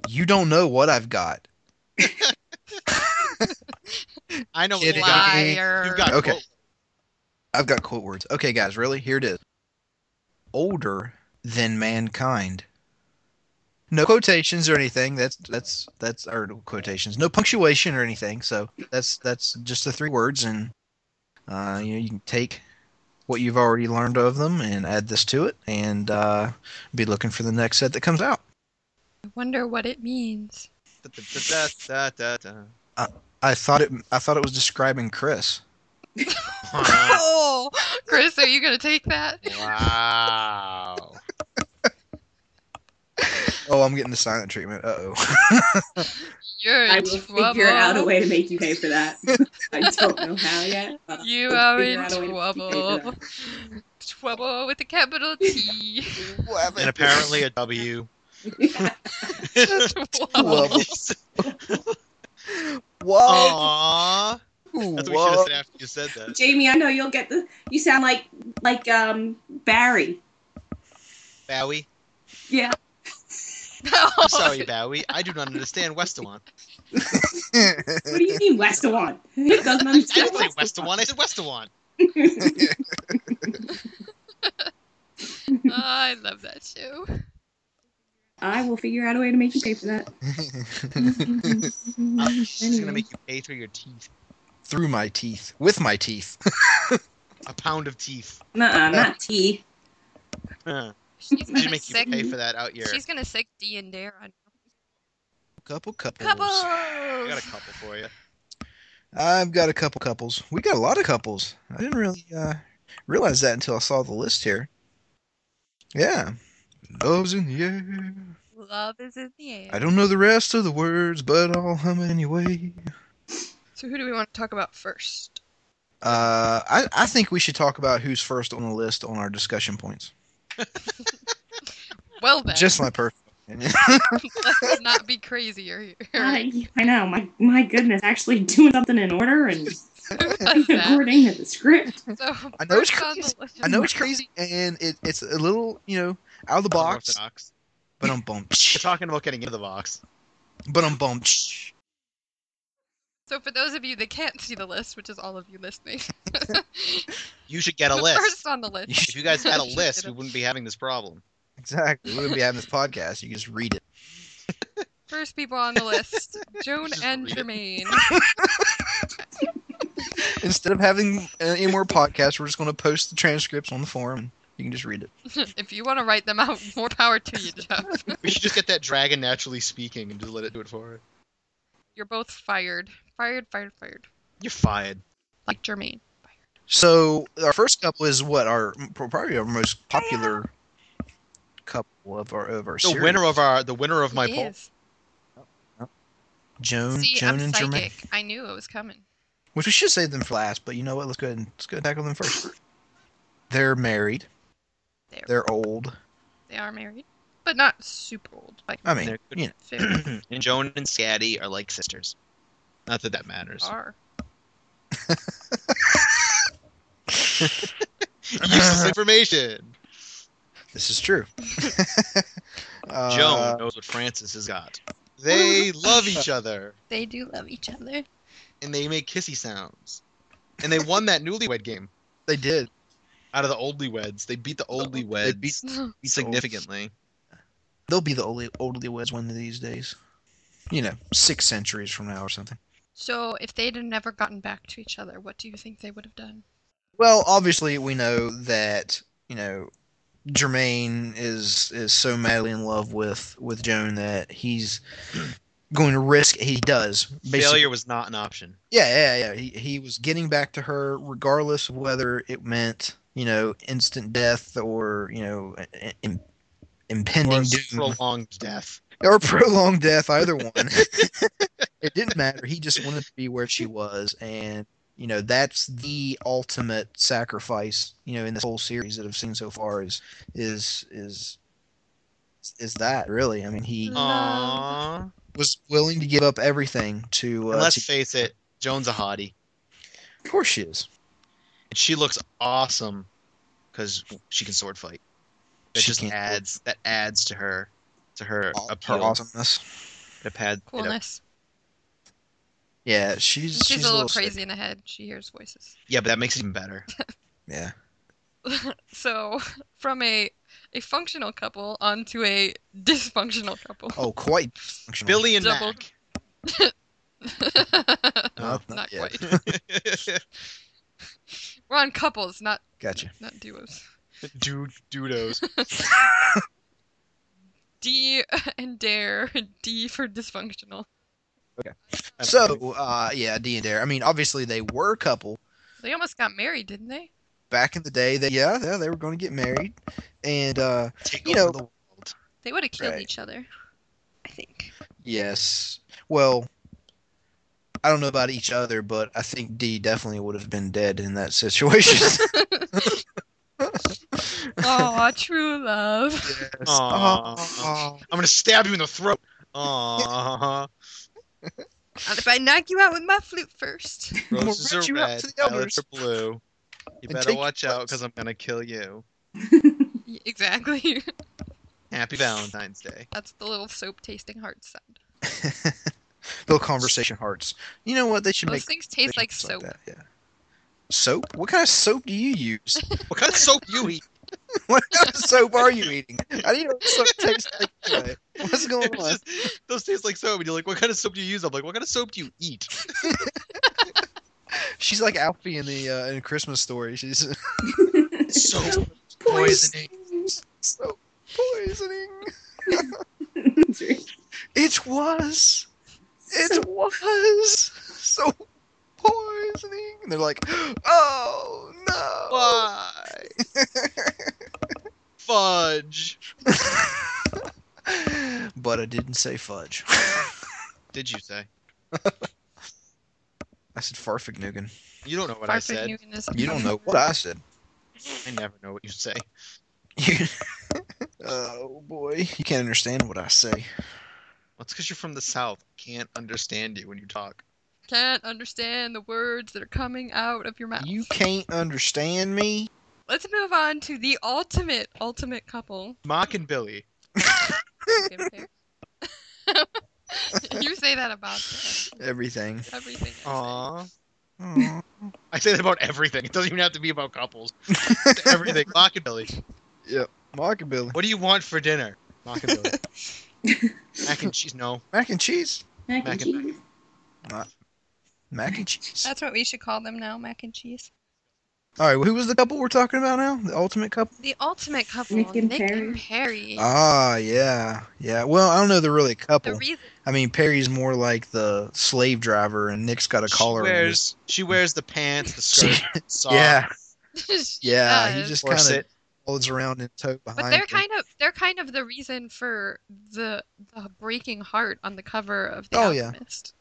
[SPEAKER 5] You don't know what I've got.
[SPEAKER 3] I know
[SPEAKER 5] Kidding.
[SPEAKER 3] you got.
[SPEAKER 2] Liar.
[SPEAKER 3] You've got
[SPEAKER 5] Okay.
[SPEAKER 3] quote-
[SPEAKER 5] I've got quote words. Okay, guys, really? Here it is. Older than mankind. No quotations or anything. That's that's that's or no quotations. No punctuation or anything. So that's that's just the three words, and uh, you know you can take what you've already learned of them and add this to it, and uh, be looking for the next set that comes out.
[SPEAKER 2] I wonder what it means.
[SPEAKER 3] da- da- da- da- da- da.
[SPEAKER 5] I thought it I thought it was describing Chris. Uh.
[SPEAKER 2] Oh, Chris, are you gonna take that?
[SPEAKER 3] Wow.
[SPEAKER 5] Oh, I'm getting the silent treatment. <laughs> Uh oh.
[SPEAKER 2] You're in
[SPEAKER 4] I will
[SPEAKER 2] trouble.
[SPEAKER 4] figure out a way to make you pay for that. I don't know how yet. but
[SPEAKER 2] You
[SPEAKER 4] I'll
[SPEAKER 2] are
[SPEAKER 4] figure
[SPEAKER 2] in
[SPEAKER 4] out a way to make you pay for
[SPEAKER 2] trouble. Trouble with a capital T.
[SPEAKER 3] and apparently a W.
[SPEAKER 4] <laughs> that.
[SPEAKER 3] <laughs>
[SPEAKER 2] <laughs> Trouble.
[SPEAKER 5] Whoa.
[SPEAKER 3] Aww. Oh, That's what we should
[SPEAKER 5] Whoa.
[SPEAKER 3] have said after you said that.
[SPEAKER 4] Jamie, I know you'll get the. You sound like like um Barry.
[SPEAKER 3] Bowie.
[SPEAKER 4] Yeah.
[SPEAKER 5] <laughs>
[SPEAKER 3] I'm sorry, Bowie. I do not understand Westerwan.
[SPEAKER 4] What do you mean Westawan? He <laughs> doesn't
[SPEAKER 3] I
[SPEAKER 4] understand
[SPEAKER 3] didn't say Westerwan. I
[SPEAKER 2] <laughs>
[SPEAKER 3] said Westerwan.
[SPEAKER 4] Westawan.
[SPEAKER 2] Oh, I love that show.
[SPEAKER 4] I will figure out a way to make you pay for <laughs> that.
[SPEAKER 3] Uh, she's going to
[SPEAKER 4] Anyway.
[SPEAKER 3] make you pay through your teeth.
[SPEAKER 5] <laughs> Through my teeth. With my teeth.
[SPEAKER 3] A pound of teeth.
[SPEAKER 4] Nuh-uh, <laughs> not tea.
[SPEAKER 3] Huh.
[SPEAKER 2] She's
[SPEAKER 3] She'll
[SPEAKER 2] gonna
[SPEAKER 3] make you
[SPEAKER 2] sick.
[SPEAKER 3] pay for that out your.
[SPEAKER 2] She's gonna sick D and Dare on
[SPEAKER 5] couple couples.
[SPEAKER 2] couples.
[SPEAKER 3] I got a couple for you.
[SPEAKER 5] I've got a couple couples. We got a lot of couples. I didn't really uh, realize that until I saw the list here. Yeah. Love's in the air.
[SPEAKER 2] Love is in the air.
[SPEAKER 5] I don't know the rest of the words, but I'll hum it anyway.
[SPEAKER 2] So who do we want to talk about first?
[SPEAKER 5] Uh, I, I think we should talk about who's first on the list on our discussion points.
[SPEAKER 2] Well then,
[SPEAKER 5] Just my personal opinion.
[SPEAKER 2] <laughs> let's not be crazier <laughs> here.
[SPEAKER 4] I, I know. My my goodness, actually doing something in order and
[SPEAKER 2] Who does that?
[SPEAKER 4] according to the script. <laughs>
[SPEAKER 2] <laughs> So
[SPEAKER 5] I know it's
[SPEAKER 2] first on the
[SPEAKER 5] crazy.
[SPEAKER 2] list-
[SPEAKER 5] I know it's crazy and it, it's a little, you know, out of the box,
[SPEAKER 3] Unorthodox.
[SPEAKER 5] but I'm bumped.
[SPEAKER 3] We're talking about getting into the box.
[SPEAKER 5] But I'm bumped.
[SPEAKER 2] So for those of you that can't see the list, which is all of you
[SPEAKER 3] <laughs>
[SPEAKER 2] listening,
[SPEAKER 3] You should get a
[SPEAKER 2] the
[SPEAKER 3] list.
[SPEAKER 2] first on the list.
[SPEAKER 3] If you guys had
[SPEAKER 2] <laughs>
[SPEAKER 3] a
[SPEAKER 2] You should
[SPEAKER 3] list,
[SPEAKER 2] get
[SPEAKER 3] we
[SPEAKER 2] a-
[SPEAKER 3] wouldn't be having this problem.
[SPEAKER 2] <laughs>
[SPEAKER 5] Exactly. We wouldn't be having this podcast. You could just read it.
[SPEAKER 2] First people on
[SPEAKER 3] <laughs>
[SPEAKER 2] the list: Joan
[SPEAKER 3] Just
[SPEAKER 2] and
[SPEAKER 3] read it.
[SPEAKER 2] Jermaine. <laughs>
[SPEAKER 5] Instead of having uh, any more podcasts, we're just going to post the transcripts on the forum. You can just read it.
[SPEAKER 2] if you want to write them out, more power to you, Jeff.
[SPEAKER 3] We should just get that dragon naturally speaking and just let it do it for us.
[SPEAKER 2] You're both fired. Fired, fired, fired.
[SPEAKER 3] You're fired.
[SPEAKER 2] Like Jermaine.
[SPEAKER 5] So our first couple is what our probably our most popular couple of our of our
[SPEAKER 3] The
[SPEAKER 5] series.
[SPEAKER 3] winner of our the winner of my
[SPEAKER 2] It
[SPEAKER 3] poll.
[SPEAKER 2] is.
[SPEAKER 5] Joan,
[SPEAKER 2] See,
[SPEAKER 5] Joan
[SPEAKER 2] I'm
[SPEAKER 5] and Jermaine.
[SPEAKER 2] psychic. I knew it was coming.
[SPEAKER 5] Which we should save them for last, but you know what? Let's go ahead and let's go ahead and tackle them first. They're married.
[SPEAKER 2] They're-
[SPEAKER 5] They're old.
[SPEAKER 2] They are married, but not super old. Like
[SPEAKER 5] I mean,
[SPEAKER 3] They're good-
[SPEAKER 5] you know,
[SPEAKER 2] 50
[SPEAKER 3] <clears throat>
[SPEAKER 5] <clears throat>
[SPEAKER 3] and Joan and Scatty are like sisters. Not that that matters.
[SPEAKER 2] are.
[SPEAKER 3] <laughs> Useless information.
[SPEAKER 5] this is
[SPEAKER 3] <laughs>
[SPEAKER 5] true. uh,
[SPEAKER 3] Joan knows what Francis has got. They love each other
[SPEAKER 2] They do love each other.
[SPEAKER 3] and they make kissy sounds. And they won that newlywed game
[SPEAKER 5] They did.
[SPEAKER 3] out of the oldlyweds. They beat the oldlyweds
[SPEAKER 5] They beat-
[SPEAKER 3] <laughs> significantly.
[SPEAKER 5] They'll be the oldly oldly weds one of these days. You know, six centuries from now or something.
[SPEAKER 2] so if they'd have never gotten back to each other, what do you think they would have done?
[SPEAKER 5] Well, obviously we know that you know Jermaine is is so madly in love with with Joan that
[SPEAKER 3] <clears throat>
[SPEAKER 5] he's going to risk. He does basically.
[SPEAKER 3] Failure was not an option.
[SPEAKER 5] Yeah, yeah, yeah. He he was getting back to her regardless of whether it meant you know instant death or you know Im- impending
[SPEAKER 3] Or
[SPEAKER 5] doom
[SPEAKER 3] prolonged death.
[SPEAKER 5] or <laughs> prolonged death, either one. <laughs> it didn't matter. He just wanted to be where she was, and you know that's the ultimate sacrifice. You know, in this whole series that I've seen so far is is is is that really? I mean,
[SPEAKER 2] Mm.
[SPEAKER 5] he
[SPEAKER 2] Love.
[SPEAKER 3] Aww.
[SPEAKER 5] was willing to give up everything to.
[SPEAKER 3] And
[SPEAKER 5] Uh,
[SPEAKER 3] let's
[SPEAKER 5] to
[SPEAKER 3] face it, Joan's a hottie.
[SPEAKER 5] of course, she is.
[SPEAKER 3] And she looks awesome because she can sword fight. That
[SPEAKER 5] She
[SPEAKER 3] just
[SPEAKER 5] can.
[SPEAKER 3] adds that adds to her to her
[SPEAKER 5] her
[SPEAKER 3] appeal.
[SPEAKER 5] awesomeness.
[SPEAKER 3] It had- it-
[SPEAKER 2] Coolness.
[SPEAKER 5] Yeah,
[SPEAKER 2] And
[SPEAKER 5] she's
[SPEAKER 2] She's, a little
[SPEAKER 5] sick.
[SPEAKER 2] crazy in the head. She hears voices.
[SPEAKER 3] yeah, but that makes it even better.
[SPEAKER 5] Yeah,
[SPEAKER 2] So <laughs> from a a functional couple onto a dysfunctional couple. <laughs>
[SPEAKER 5] oh, quite. functional.
[SPEAKER 3] Billy and
[SPEAKER 2] Double-
[SPEAKER 3] Mac. <laughs>
[SPEAKER 5] No, not,
[SPEAKER 2] Not
[SPEAKER 5] yet.
[SPEAKER 2] quite. We're on couples, not
[SPEAKER 5] Gotcha.
[SPEAKER 2] not duos.
[SPEAKER 3] Dude, dudos.
[SPEAKER 2] D <laughs> and dare. D for dysfunctional.
[SPEAKER 5] So, uh, yeah, D and Dare. I mean, obviously they were a couple
[SPEAKER 2] They almost got married, didn't they?
[SPEAKER 5] back in the day. That yeah, yeah, they were going to get married, and uh,
[SPEAKER 3] Take
[SPEAKER 5] You
[SPEAKER 3] over
[SPEAKER 5] know-
[SPEAKER 3] the world.
[SPEAKER 2] They would have killed
[SPEAKER 5] Right.
[SPEAKER 2] each other. I <laughs> think.
[SPEAKER 5] yes, well, I don't know about each other, but I think D definitely would have been dead in
[SPEAKER 2] <laughs>
[SPEAKER 5] that situation. <laughs>
[SPEAKER 2] Aw, true love.
[SPEAKER 5] Uh-huh.
[SPEAKER 3] Aw.
[SPEAKER 5] Aw.
[SPEAKER 3] I'm gonna stab you in the throat.
[SPEAKER 5] <laughs>
[SPEAKER 2] Not
[SPEAKER 3] Aww.
[SPEAKER 2] if I knock you out with my flute first.
[SPEAKER 5] gonna
[SPEAKER 3] Roses
[SPEAKER 5] rat
[SPEAKER 3] are
[SPEAKER 5] you out
[SPEAKER 3] red,
[SPEAKER 5] to the
[SPEAKER 3] violets
[SPEAKER 5] elders.
[SPEAKER 3] are blue. You
[SPEAKER 5] And
[SPEAKER 3] better
[SPEAKER 5] take
[SPEAKER 3] watch
[SPEAKER 5] your
[SPEAKER 3] out
[SPEAKER 5] books.
[SPEAKER 3] because I'm gonna kill you.
[SPEAKER 2] <laughs> Y- exactly. <laughs>
[SPEAKER 3] Happy Valentine's
[SPEAKER 5] <laughs>
[SPEAKER 3] Day.
[SPEAKER 2] That's the little soap tasting heart sound.
[SPEAKER 5] Little conversation hearts. You know what? They should
[SPEAKER 2] Those
[SPEAKER 5] make
[SPEAKER 2] things taste like
[SPEAKER 5] things
[SPEAKER 2] soap.
[SPEAKER 5] that, yeah. Soap? What kind of soap do you use? <laughs>
[SPEAKER 3] What kind of soap you eat?
[SPEAKER 5] What kind of soap are you eating? I don't know what soap tastes like. anyway.
[SPEAKER 2] <laughs>
[SPEAKER 5] What's going
[SPEAKER 3] <laughs> It's
[SPEAKER 5] on?
[SPEAKER 3] just- those taste like soap, and you're like, "What kind of soap do you use?" I'm like, "What kind of soap do you
[SPEAKER 2] <laughs>
[SPEAKER 3] eat?"
[SPEAKER 5] She's like Alfie in the uh, in Christmas story. She's <laughs>
[SPEAKER 3] soap poisoning.
[SPEAKER 5] so poisoning. It was. It was so poisoning. And they're like, oh no.
[SPEAKER 3] Why? Fudge.
[SPEAKER 5] <laughs> but I didn't say fudge.
[SPEAKER 3] Did you say?
[SPEAKER 5] I said farfignugan.
[SPEAKER 3] You don't know what I
[SPEAKER 2] Farfig
[SPEAKER 3] said.
[SPEAKER 2] Newton is a
[SPEAKER 5] You don't
[SPEAKER 2] pumpkin.
[SPEAKER 5] know what I said. <laughs>
[SPEAKER 3] I never know what you say.
[SPEAKER 5] oh boy, you can't understand what I say.
[SPEAKER 3] Well, it's because you're from the South. I can't understand you when you talk.
[SPEAKER 2] <laughs> Can't understand the words that are coming out of your mouth.
[SPEAKER 5] You can't understand me.
[SPEAKER 2] Let's move on to the ultimate, ultimate <laughs> couple.
[SPEAKER 3] Mock and Billy.
[SPEAKER 2] Give it here. <laughs> you say that about
[SPEAKER 5] Everything.
[SPEAKER 2] everything. I say.
[SPEAKER 3] Aww.
[SPEAKER 5] Aw.
[SPEAKER 3] I say that about everything. It doesn't even have to be
[SPEAKER 2] <laughs>
[SPEAKER 3] about couples. It's everything. Mock and Billy.
[SPEAKER 5] Mockabilly.
[SPEAKER 3] What do you want for dinner? Mock and Billy.
[SPEAKER 2] <laughs>
[SPEAKER 3] Mac and cheese. No.
[SPEAKER 5] Mac and cheese.
[SPEAKER 4] Mac
[SPEAKER 3] Mac
[SPEAKER 4] and
[SPEAKER 3] and-
[SPEAKER 4] cheese.
[SPEAKER 5] Mac and cheese.
[SPEAKER 2] That's what we should call them now, mac and cheese.
[SPEAKER 5] All right, who was the couple we're talking about now? The ultimate couple?
[SPEAKER 2] The ultimate couple, Nick
[SPEAKER 4] Nick
[SPEAKER 2] and
[SPEAKER 4] and
[SPEAKER 2] Perry.
[SPEAKER 5] Ah, yeah. Yeah. Well, I don't know they're really a
[SPEAKER 2] the
[SPEAKER 5] couple.
[SPEAKER 2] reason <laughs>
[SPEAKER 5] I mean, Perry's more like the slave driver, and Nick's got a collar.
[SPEAKER 3] She
[SPEAKER 5] in his-
[SPEAKER 3] wears, she wears the pants, the skirt,
[SPEAKER 5] <laughs>
[SPEAKER 3] socks.
[SPEAKER 5] Yeah,
[SPEAKER 2] She
[SPEAKER 5] yeah. He
[SPEAKER 2] does.
[SPEAKER 5] just kind of
[SPEAKER 3] corset.
[SPEAKER 5] folds around in tow behind.
[SPEAKER 2] But they're
[SPEAKER 5] her.
[SPEAKER 2] kind of they're kind of the reason for the the breaking heart on the cover of the
[SPEAKER 5] Oh, yeah.
[SPEAKER 2] Alchemist.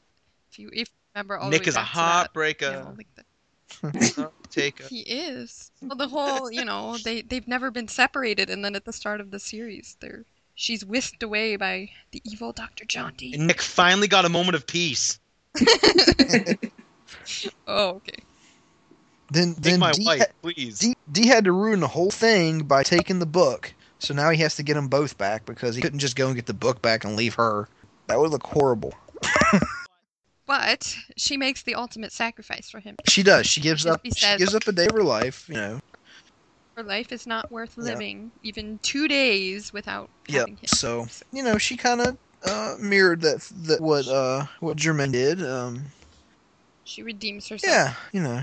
[SPEAKER 2] If you if you remember all
[SPEAKER 3] Nick
[SPEAKER 2] the way
[SPEAKER 3] is a
[SPEAKER 2] back to that, you know,
[SPEAKER 3] heartbreaker.
[SPEAKER 2] like the-
[SPEAKER 3] Take a
[SPEAKER 5] <laughs>
[SPEAKER 2] he is. Well, the whole you know they they've never been separated, and then at the start of the series, they're she's whisked away by the evil Doctor Jaunty.
[SPEAKER 3] And Nick finally got a moment of peace.
[SPEAKER 2] Oh, okay.
[SPEAKER 5] Then,
[SPEAKER 3] Take
[SPEAKER 5] then
[SPEAKER 3] my
[SPEAKER 5] D, <laughs>
[SPEAKER 3] wife, please.
[SPEAKER 5] D, D had to ruin the whole thing by taking the book. So now he has to get them both back because he couldn't just go and get the book back and leave her. That would look horrible.
[SPEAKER 2] But she makes the ultimate sacrifice for him.
[SPEAKER 5] She does. She gives
[SPEAKER 2] Just
[SPEAKER 5] up.
[SPEAKER 2] be
[SPEAKER 5] She
[SPEAKER 2] sad.
[SPEAKER 5] gives up a day of her life. You know.
[SPEAKER 2] Her life is not worth
[SPEAKER 5] Yeah.
[SPEAKER 2] living, even two days without
[SPEAKER 5] Yeah,
[SPEAKER 2] having him.
[SPEAKER 5] so- You know. She kind of uh, mirrored that. That what uh what German did. Um.
[SPEAKER 2] she redeems herself.
[SPEAKER 5] Yeah. You know.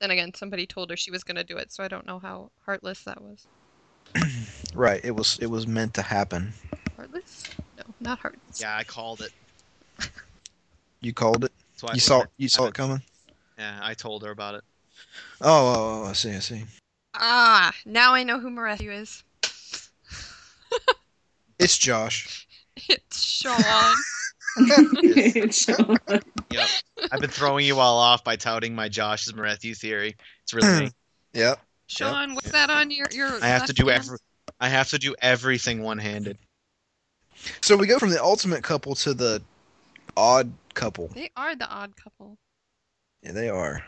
[SPEAKER 2] Then again, somebody told her she was going to do it, so I don't know how heartless that was.
[SPEAKER 5] Right. It was. It was meant to happen.
[SPEAKER 2] Heartless? No, not heartless.
[SPEAKER 3] Yeah, I called it.
[SPEAKER 5] You called it.
[SPEAKER 3] That's why I
[SPEAKER 5] You
[SPEAKER 3] told
[SPEAKER 5] saw.
[SPEAKER 3] her.
[SPEAKER 5] You saw it coming.
[SPEAKER 3] Yeah, I told her about it.
[SPEAKER 5] Oh, oh, oh, I see. I see.
[SPEAKER 2] Ah, now I know who Matthew is. <laughs>
[SPEAKER 5] It's Josh.
[SPEAKER 2] It's
[SPEAKER 5] <laughs>
[SPEAKER 2] Sean.
[SPEAKER 4] <laughs> Sean.
[SPEAKER 3] Yep. I've been throwing you all off by touting my Josh's Morethu theory. It's
[SPEAKER 5] <clears throat>
[SPEAKER 3] really me.
[SPEAKER 5] Yep.
[SPEAKER 2] Sean, what's that on your your?
[SPEAKER 3] I have to
[SPEAKER 2] left
[SPEAKER 3] do
[SPEAKER 2] hand?
[SPEAKER 3] every I have to do everything one-handed.
[SPEAKER 5] So we go from the ultimate couple to the odd couple.
[SPEAKER 2] They are the odd couple
[SPEAKER 5] Yeah, they <laughs> are.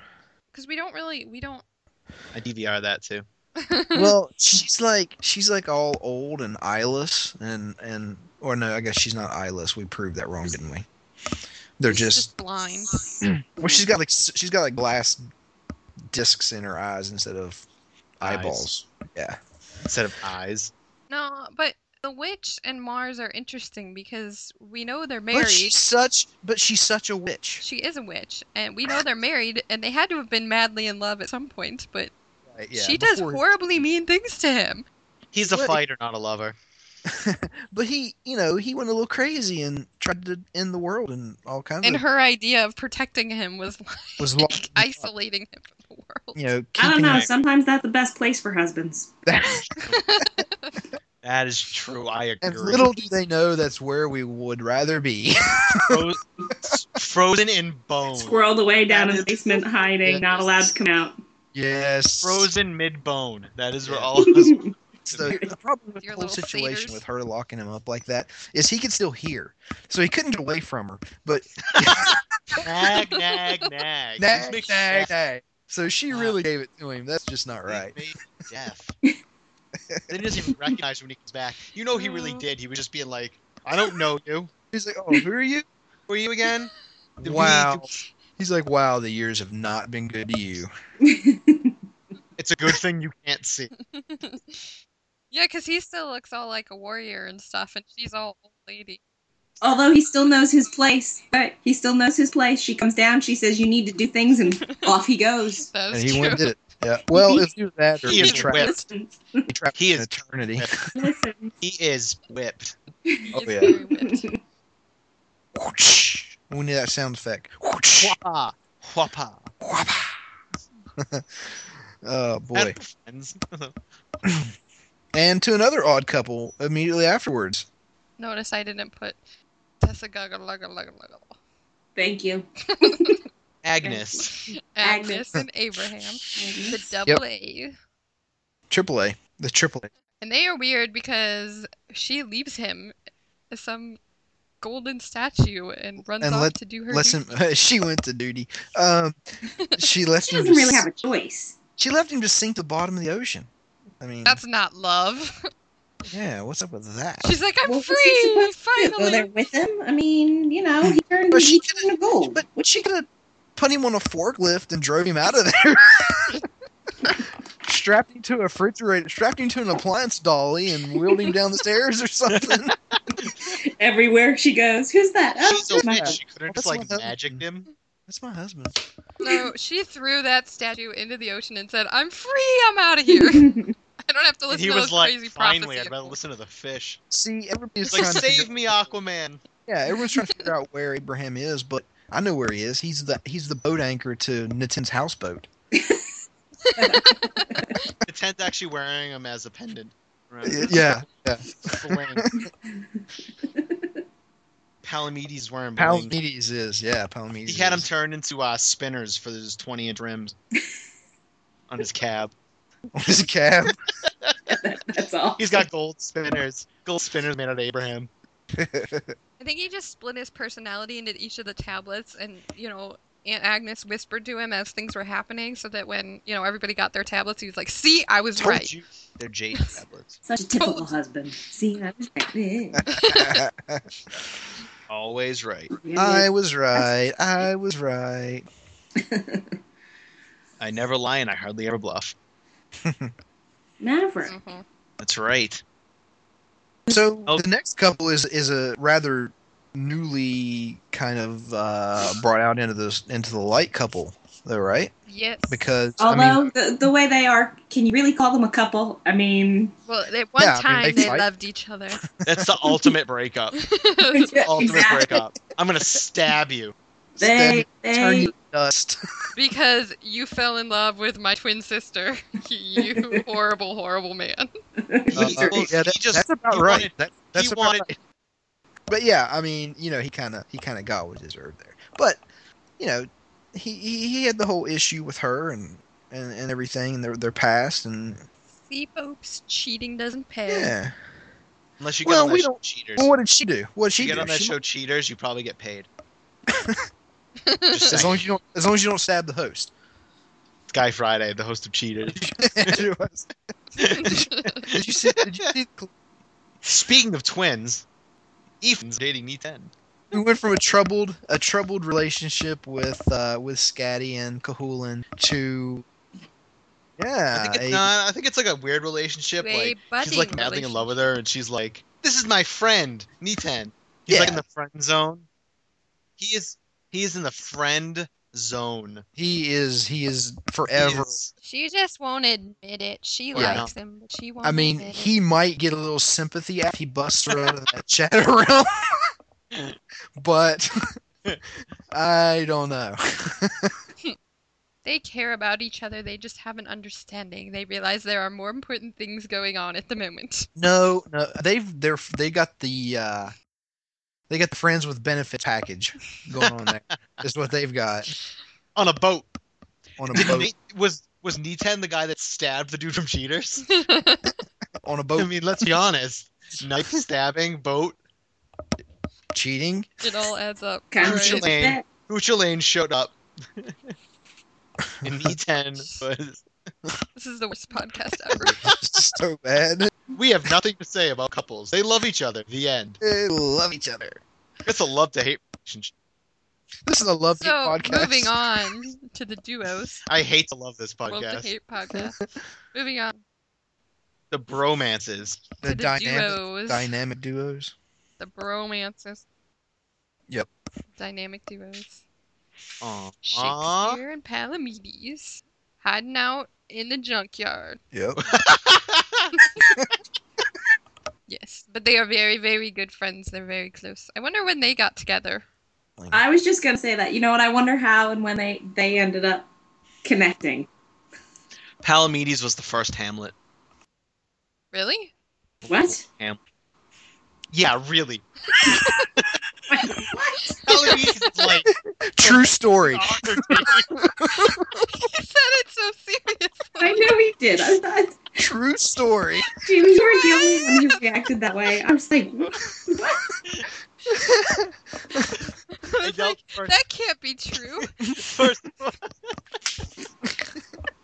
[SPEAKER 2] because we don't really we don't.
[SPEAKER 3] I DVR that too.
[SPEAKER 5] well, she's like she's like all old and eyeless and and or no, I guess she's not eyeless. We proved that wrong, didn't we? They're
[SPEAKER 2] she's
[SPEAKER 5] just
[SPEAKER 2] blind.
[SPEAKER 5] well, she's got like s- she's got like glass discs in her eyes instead of
[SPEAKER 3] Eyes.
[SPEAKER 5] eyeballs.
[SPEAKER 3] Instead of eyes.
[SPEAKER 2] No, but the witch and Mars are interesting because we know they're married.
[SPEAKER 5] But she's such but she's such a witch.
[SPEAKER 2] She is a witch, and we know they're married, and they had to have been madly in love at some point. But
[SPEAKER 5] Right, Uh, yeah,
[SPEAKER 2] she does
[SPEAKER 5] before-
[SPEAKER 2] horribly mean things to him.
[SPEAKER 3] He's a
[SPEAKER 5] What?
[SPEAKER 3] fighter, not a
[SPEAKER 5] <laughs>
[SPEAKER 3] lover.
[SPEAKER 5] But he, you know, he went a little crazy and tried to end the world and all kinds
[SPEAKER 2] And
[SPEAKER 5] of
[SPEAKER 2] her idea of protecting him was <laughs>
[SPEAKER 5] was
[SPEAKER 2] like
[SPEAKER 5] locked up,
[SPEAKER 2] isolating him from the world.
[SPEAKER 5] You know,
[SPEAKER 4] I don't
[SPEAKER 5] keeping
[SPEAKER 4] know.
[SPEAKER 5] him-
[SPEAKER 4] Sometimes that's the best place for husbands.
[SPEAKER 3] That is true. I agree.
[SPEAKER 5] And little do they know that's where we would rather be. <laughs>
[SPEAKER 3] Fro- frozen in bone.
[SPEAKER 4] Squirreled away down
[SPEAKER 5] Oh, That
[SPEAKER 4] in
[SPEAKER 5] is-
[SPEAKER 4] the basement, hiding, not allowed to come
[SPEAKER 5] <laughs>
[SPEAKER 4] out.
[SPEAKER 5] yes.
[SPEAKER 3] Frozen mid bone. That is where
[SPEAKER 5] Yeah.
[SPEAKER 3] all of us.
[SPEAKER 5] So the problem with the
[SPEAKER 2] Your
[SPEAKER 5] whole
[SPEAKER 2] little
[SPEAKER 5] situation
[SPEAKER 2] satyrs.
[SPEAKER 5] with her locking him up like that is he could still hear, so he couldn't get away from her. But <laughs>
[SPEAKER 3] nag, nag, nag.
[SPEAKER 5] nag,
[SPEAKER 3] Make
[SPEAKER 5] nag,
[SPEAKER 3] deaf.
[SPEAKER 5] nag. So she
[SPEAKER 3] Wow.
[SPEAKER 5] really gave it to him. That's just not
[SPEAKER 3] They
[SPEAKER 5] right.
[SPEAKER 3] made him
[SPEAKER 5] <laughs>
[SPEAKER 3] Deaf. they doesn't even recognize when he comes back. You know he really
[SPEAKER 5] Oh.
[SPEAKER 2] No.
[SPEAKER 3] did. He was just being like, I don't know you.
[SPEAKER 5] He's like, "Oh, who are you?"
[SPEAKER 3] Who are
[SPEAKER 5] <laughs>
[SPEAKER 3] you again? Do we-
[SPEAKER 5] Wow.
[SPEAKER 3] do-
[SPEAKER 5] He's like, "Wow, the years have not been good to you."
[SPEAKER 3] it's a good thing you can't see.
[SPEAKER 2] Yeah, because he still looks all like a warrior and stuff, and she's all old lady.
[SPEAKER 4] <laughs> Although he still knows his place. Right. He still knows his place. She comes down, she says, You need to do things,
[SPEAKER 5] <laughs>
[SPEAKER 4] and off he goes.
[SPEAKER 2] That
[SPEAKER 5] And
[SPEAKER 2] is
[SPEAKER 5] he
[SPEAKER 2] true.
[SPEAKER 5] went and did it. Yeah. Well, if you that, or
[SPEAKER 3] He
[SPEAKER 5] he's
[SPEAKER 3] is
[SPEAKER 5] trapped,
[SPEAKER 3] whipped.
[SPEAKER 4] Listen,
[SPEAKER 5] he's trapped
[SPEAKER 3] He
[SPEAKER 5] in
[SPEAKER 3] is
[SPEAKER 5] eternity.
[SPEAKER 4] listen.
[SPEAKER 3] He is whipped.
[SPEAKER 2] He
[SPEAKER 5] <laughs>
[SPEAKER 4] <laughs>
[SPEAKER 5] Oh,
[SPEAKER 2] is
[SPEAKER 5] yeah.
[SPEAKER 2] very whipped.
[SPEAKER 5] Whoosh. We need that sound effect. Whoosh.
[SPEAKER 3] Whoppa. Whoppa.
[SPEAKER 5] Whoppa. <laughs> oh boy.
[SPEAKER 3] That friends.
[SPEAKER 5] And to another odd couple immediately afterwards.
[SPEAKER 2] Notice I didn't put Tessa Gaga Lugga Lugga Lugga.
[SPEAKER 4] Thank you.
[SPEAKER 5] <laughs>
[SPEAKER 3] Agnes.
[SPEAKER 2] Agnes
[SPEAKER 4] Agnes.
[SPEAKER 2] and Abraham. The double A.
[SPEAKER 5] Triple A. The triple A.
[SPEAKER 2] And they are weird because she leaves him as some golden statue and runs
[SPEAKER 5] And
[SPEAKER 2] off
[SPEAKER 5] let-
[SPEAKER 2] to do her
[SPEAKER 5] Lets him, <laughs> she went to duty.
[SPEAKER 4] <laughs>
[SPEAKER 5] Um, she left
[SPEAKER 4] She
[SPEAKER 5] him.
[SPEAKER 4] doesn't
[SPEAKER 5] to
[SPEAKER 4] really
[SPEAKER 5] s-
[SPEAKER 4] have a choice.
[SPEAKER 5] She left him to sink to the bottom of the ocean. I mean,
[SPEAKER 2] That's not love. <laughs>
[SPEAKER 5] yeah. What's up with that?
[SPEAKER 2] She's like, I'm
[SPEAKER 4] What was he
[SPEAKER 2] <laughs> free,
[SPEAKER 4] supposed to do? Go there
[SPEAKER 2] finally.
[SPEAKER 4] with him? I mean, you know, he turned,
[SPEAKER 5] But she
[SPEAKER 4] he turned to gold.
[SPEAKER 5] But what she could have put him on a forklift and drove him out of there. <laughs> strapped him to a refrigerator, strapped him to an appliance dolly, and wheeled him down the stairs or something.
[SPEAKER 4] Everywhere she goes, who's that? Oh,
[SPEAKER 3] She's a
[SPEAKER 4] my
[SPEAKER 3] witch. She couldn't
[SPEAKER 5] Well, that's
[SPEAKER 3] just like
[SPEAKER 5] what happened.
[SPEAKER 3] magic him.
[SPEAKER 5] That's my husband.
[SPEAKER 2] No, she threw that statue into the ocean and said, "I'm free. I'm out of here. <laughs> I don't have to
[SPEAKER 3] And
[SPEAKER 2] listen
[SPEAKER 3] he
[SPEAKER 2] to
[SPEAKER 3] was
[SPEAKER 2] those
[SPEAKER 3] like,
[SPEAKER 2] crazy
[SPEAKER 3] finally,
[SPEAKER 2] prophecy
[SPEAKER 3] I'd rather
[SPEAKER 2] of-
[SPEAKER 3] listen to the fish.
[SPEAKER 5] See, everybody's
[SPEAKER 3] It's like,
[SPEAKER 5] trying to
[SPEAKER 3] save
[SPEAKER 5] figure-
[SPEAKER 3] me, Aquaman.
[SPEAKER 5] Yeah, everyone's trying to figure out where Abraham is, but I know where he is. He's the he's the boat anchor to Natin's
[SPEAKER 3] <laughs>
[SPEAKER 5] houseboat.
[SPEAKER 3] The tent's actually wearing him as a pendant. Right?
[SPEAKER 5] Yeah,
[SPEAKER 3] It's a wing. Palamedes wearing him.
[SPEAKER 5] Palamedes is. Yeah, Palamedes.
[SPEAKER 3] He had him
[SPEAKER 5] is.
[SPEAKER 3] turned into uh, spinners for his 20 inch rims on his cab.
[SPEAKER 5] on <laughs> his
[SPEAKER 3] <laughs>
[SPEAKER 5] cab.
[SPEAKER 4] <laughs> That's all.
[SPEAKER 3] He's got gold spinners. Gold spinners made out of Abraham.
[SPEAKER 2] I think he just split his personality into each of the tablets, and you know, Aunt Agnes whispered to him as things were happening, so that when you know everybody got their tablets, he was like, "See, I was
[SPEAKER 3] Told
[SPEAKER 2] right."
[SPEAKER 3] you. They're jade tablets.
[SPEAKER 4] Such a typical husband. See, I was
[SPEAKER 3] <laughs>
[SPEAKER 4] right.
[SPEAKER 3] Always right.
[SPEAKER 5] I was right. I was right.
[SPEAKER 3] I never lie and I hardly ever bluff.
[SPEAKER 4] Maverick.
[SPEAKER 2] Mhm.
[SPEAKER 3] That's right.
[SPEAKER 5] So
[SPEAKER 3] Oh.
[SPEAKER 5] the next couple is is a rather newly kind of uh, brought out into the into the light couple, though, right?
[SPEAKER 2] Yes.
[SPEAKER 5] Because
[SPEAKER 4] Although
[SPEAKER 5] I mean,
[SPEAKER 4] the, the way they are, can you really call them a couple?
[SPEAKER 2] <laughs>
[SPEAKER 4] I mean,
[SPEAKER 2] well, at one
[SPEAKER 5] Yeah, I mean,
[SPEAKER 2] time
[SPEAKER 5] they
[SPEAKER 2] they
[SPEAKER 5] fight.
[SPEAKER 2] loved each
[SPEAKER 5] <laughs>
[SPEAKER 2] other.
[SPEAKER 3] That's the ultimate breakup. Ultimate
[SPEAKER 4] <laughs> Exactly.
[SPEAKER 3] breakup. I'm going to stab you.
[SPEAKER 4] they
[SPEAKER 5] turn
[SPEAKER 4] they
[SPEAKER 5] you to dust.
[SPEAKER 2] Because you fell in love with my twin sister. <laughs> you horrible, horrible man.
[SPEAKER 3] He-
[SPEAKER 5] Uh,
[SPEAKER 3] well,
[SPEAKER 5] yeah, that-
[SPEAKER 3] he just-
[SPEAKER 5] that's about
[SPEAKER 3] he
[SPEAKER 5] right.
[SPEAKER 3] wanted-
[SPEAKER 5] That- that's
[SPEAKER 3] he
[SPEAKER 5] about
[SPEAKER 3] wanted-
[SPEAKER 5] right. But yeah, I mean, you know, he kind of he kind of got what he deserved there. But you know, he, he he had the whole issue with her and and, and everything and their their past and
[SPEAKER 2] See, folks, cheating doesn't pay.
[SPEAKER 5] yeah.
[SPEAKER 3] Unless you get
[SPEAKER 5] Well,
[SPEAKER 3] on that
[SPEAKER 5] we
[SPEAKER 3] show
[SPEAKER 5] don't-
[SPEAKER 3] Cheaters.
[SPEAKER 5] Well, what did she do? What did
[SPEAKER 3] If
[SPEAKER 5] she
[SPEAKER 3] you get
[SPEAKER 5] do?
[SPEAKER 3] on that
[SPEAKER 5] She-
[SPEAKER 3] show Cheaters, you probably
[SPEAKER 5] <laughs>
[SPEAKER 3] get paid. Just
[SPEAKER 5] as
[SPEAKER 3] saying.
[SPEAKER 5] long as you don't as long as you don't stab the host. <laughs>
[SPEAKER 3] Guy Friday, the host of Cheaters.
[SPEAKER 5] It was- Did you see? Did you see?
[SPEAKER 3] Speaking of twins, Ethan's dating me ten.
[SPEAKER 5] We went from a troubled, a troubled relationship with uh, with Scatty and Cahulan to, yeah,
[SPEAKER 3] I think it's
[SPEAKER 5] a-
[SPEAKER 3] not. I think it's like a weird relationship.
[SPEAKER 2] To a
[SPEAKER 3] Like he's like
[SPEAKER 2] budding
[SPEAKER 3] madly in love with her, and she's like, "This is my friend, Niten." He's
[SPEAKER 5] Yeah.
[SPEAKER 3] like in the friend zone. He is. He is in the friend zone.
[SPEAKER 5] he is he is
[SPEAKER 3] He
[SPEAKER 5] forever.
[SPEAKER 3] is-
[SPEAKER 2] She just won't admit it. She
[SPEAKER 3] Yeah.
[SPEAKER 2] likes him, but she won't.
[SPEAKER 5] I mean,
[SPEAKER 2] admit it.
[SPEAKER 5] he might get a little sympathy after he busts her out of that <laughs> shadow realm, but <laughs> I don't know. <laughs>
[SPEAKER 2] They care about each other. They just have an understanding. They realize there are more important things going on at the moment.
[SPEAKER 5] No, no, they've they're they got the uh, they got the friends with benefit package going on
[SPEAKER 2] <laughs>
[SPEAKER 5] there. is what they've got
[SPEAKER 3] on a boat.
[SPEAKER 5] on a
[SPEAKER 3] Did
[SPEAKER 5] boat.
[SPEAKER 3] Nate- was was Niten the guy that stabbed the dude from Cheaters?
[SPEAKER 5] on a
[SPEAKER 3] I
[SPEAKER 5] boat
[SPEAKER 3] mean, let's be honest. Knife stabbing, boat.
[SPEAKER 5] cheating. <laughs>
[SPEAKER 2] it all adds up.
[SPEAKER 4] kind
[SPEAKER 3] Right.
[SPEAKER 4] of
[SPEAKER 3] Usually-
[SPEAKER 4] that.
[SPEAKER 3] Hoocha Lane
[SPEAKER 5] <laughs>
[SPEAKER 3] showed up. and E10 was.
[SPEAKER 2] This is the worst podcast ever.
[SPEAKER 5] so bad.
[SPEAKER 3] We have nothing to say about couples. They love each other. The end.
[SPEAKER 5] They love each other.
[SPEAKER 3] It's a love to hate relationship.
[SPEAKER 5] This is a love hate
[SPEAKER 2] so
[SPEAKER 5] podcast.
[SPEAKER 2] moving on to the duos.
[SPEAKER 3] I hate to love this
[SPEAKER 2] Love to
[SPEAKER 3] podcast.
[SPEAKER 2] hate
[SPEAKER 4] <laughs>
[SPEAKER 2] podcast. moving on
[SPEAKER 3] The bromances.
[SPEAKER 5] The,
[SPEAKER 2] to the
[SPEAKER 5] dynamic,
[SPEAKER 2] duos.
[SPEAKER 5] dynamic duos.
[SPEAKER 2] the bromances.
[SPEAKER 5] Yep.
[SPEAKER 2] Dynamic duos.
[SPEAKER 3] Aww.
[SPEAKER 2] Shakespeare and Palamedes hiding out in the junkyard. <laughs>
[SPEAKER 5] Yep.
[SPEAKER 2] Yes, but they are very, very good friends. They're very close. I wonder when they got together.
[SPEAKER 4] I was just gonna say that. You know what? I wonder how and when they they ended up connecting.
[SPEAKER 3] Palamedes was the first Hamlet.
[SPEAKER 2] Really? <laughs>
[SPEAKER 4] What? <laughs>
[SPEAKER 3] Yeah, really.
[SPEAKER 4] what?
[SPEAKER 3] Palamedes
[SPEAKER 2] <laughs>
[SPEAKER 3] is like.
[SPEAKER 5] True story.
[SPEAKER 2] He said it so serious.
[SPEAKER 4] <laughs> I know he did. I thought
[SPEAKER 5] True story.
[SPEAKER 4] you were the only one who reacted that way. I was like, what? what?
[SPEAKER 2] <laughs> I was like, that can't be true.
[SPEAKER 3] first, first,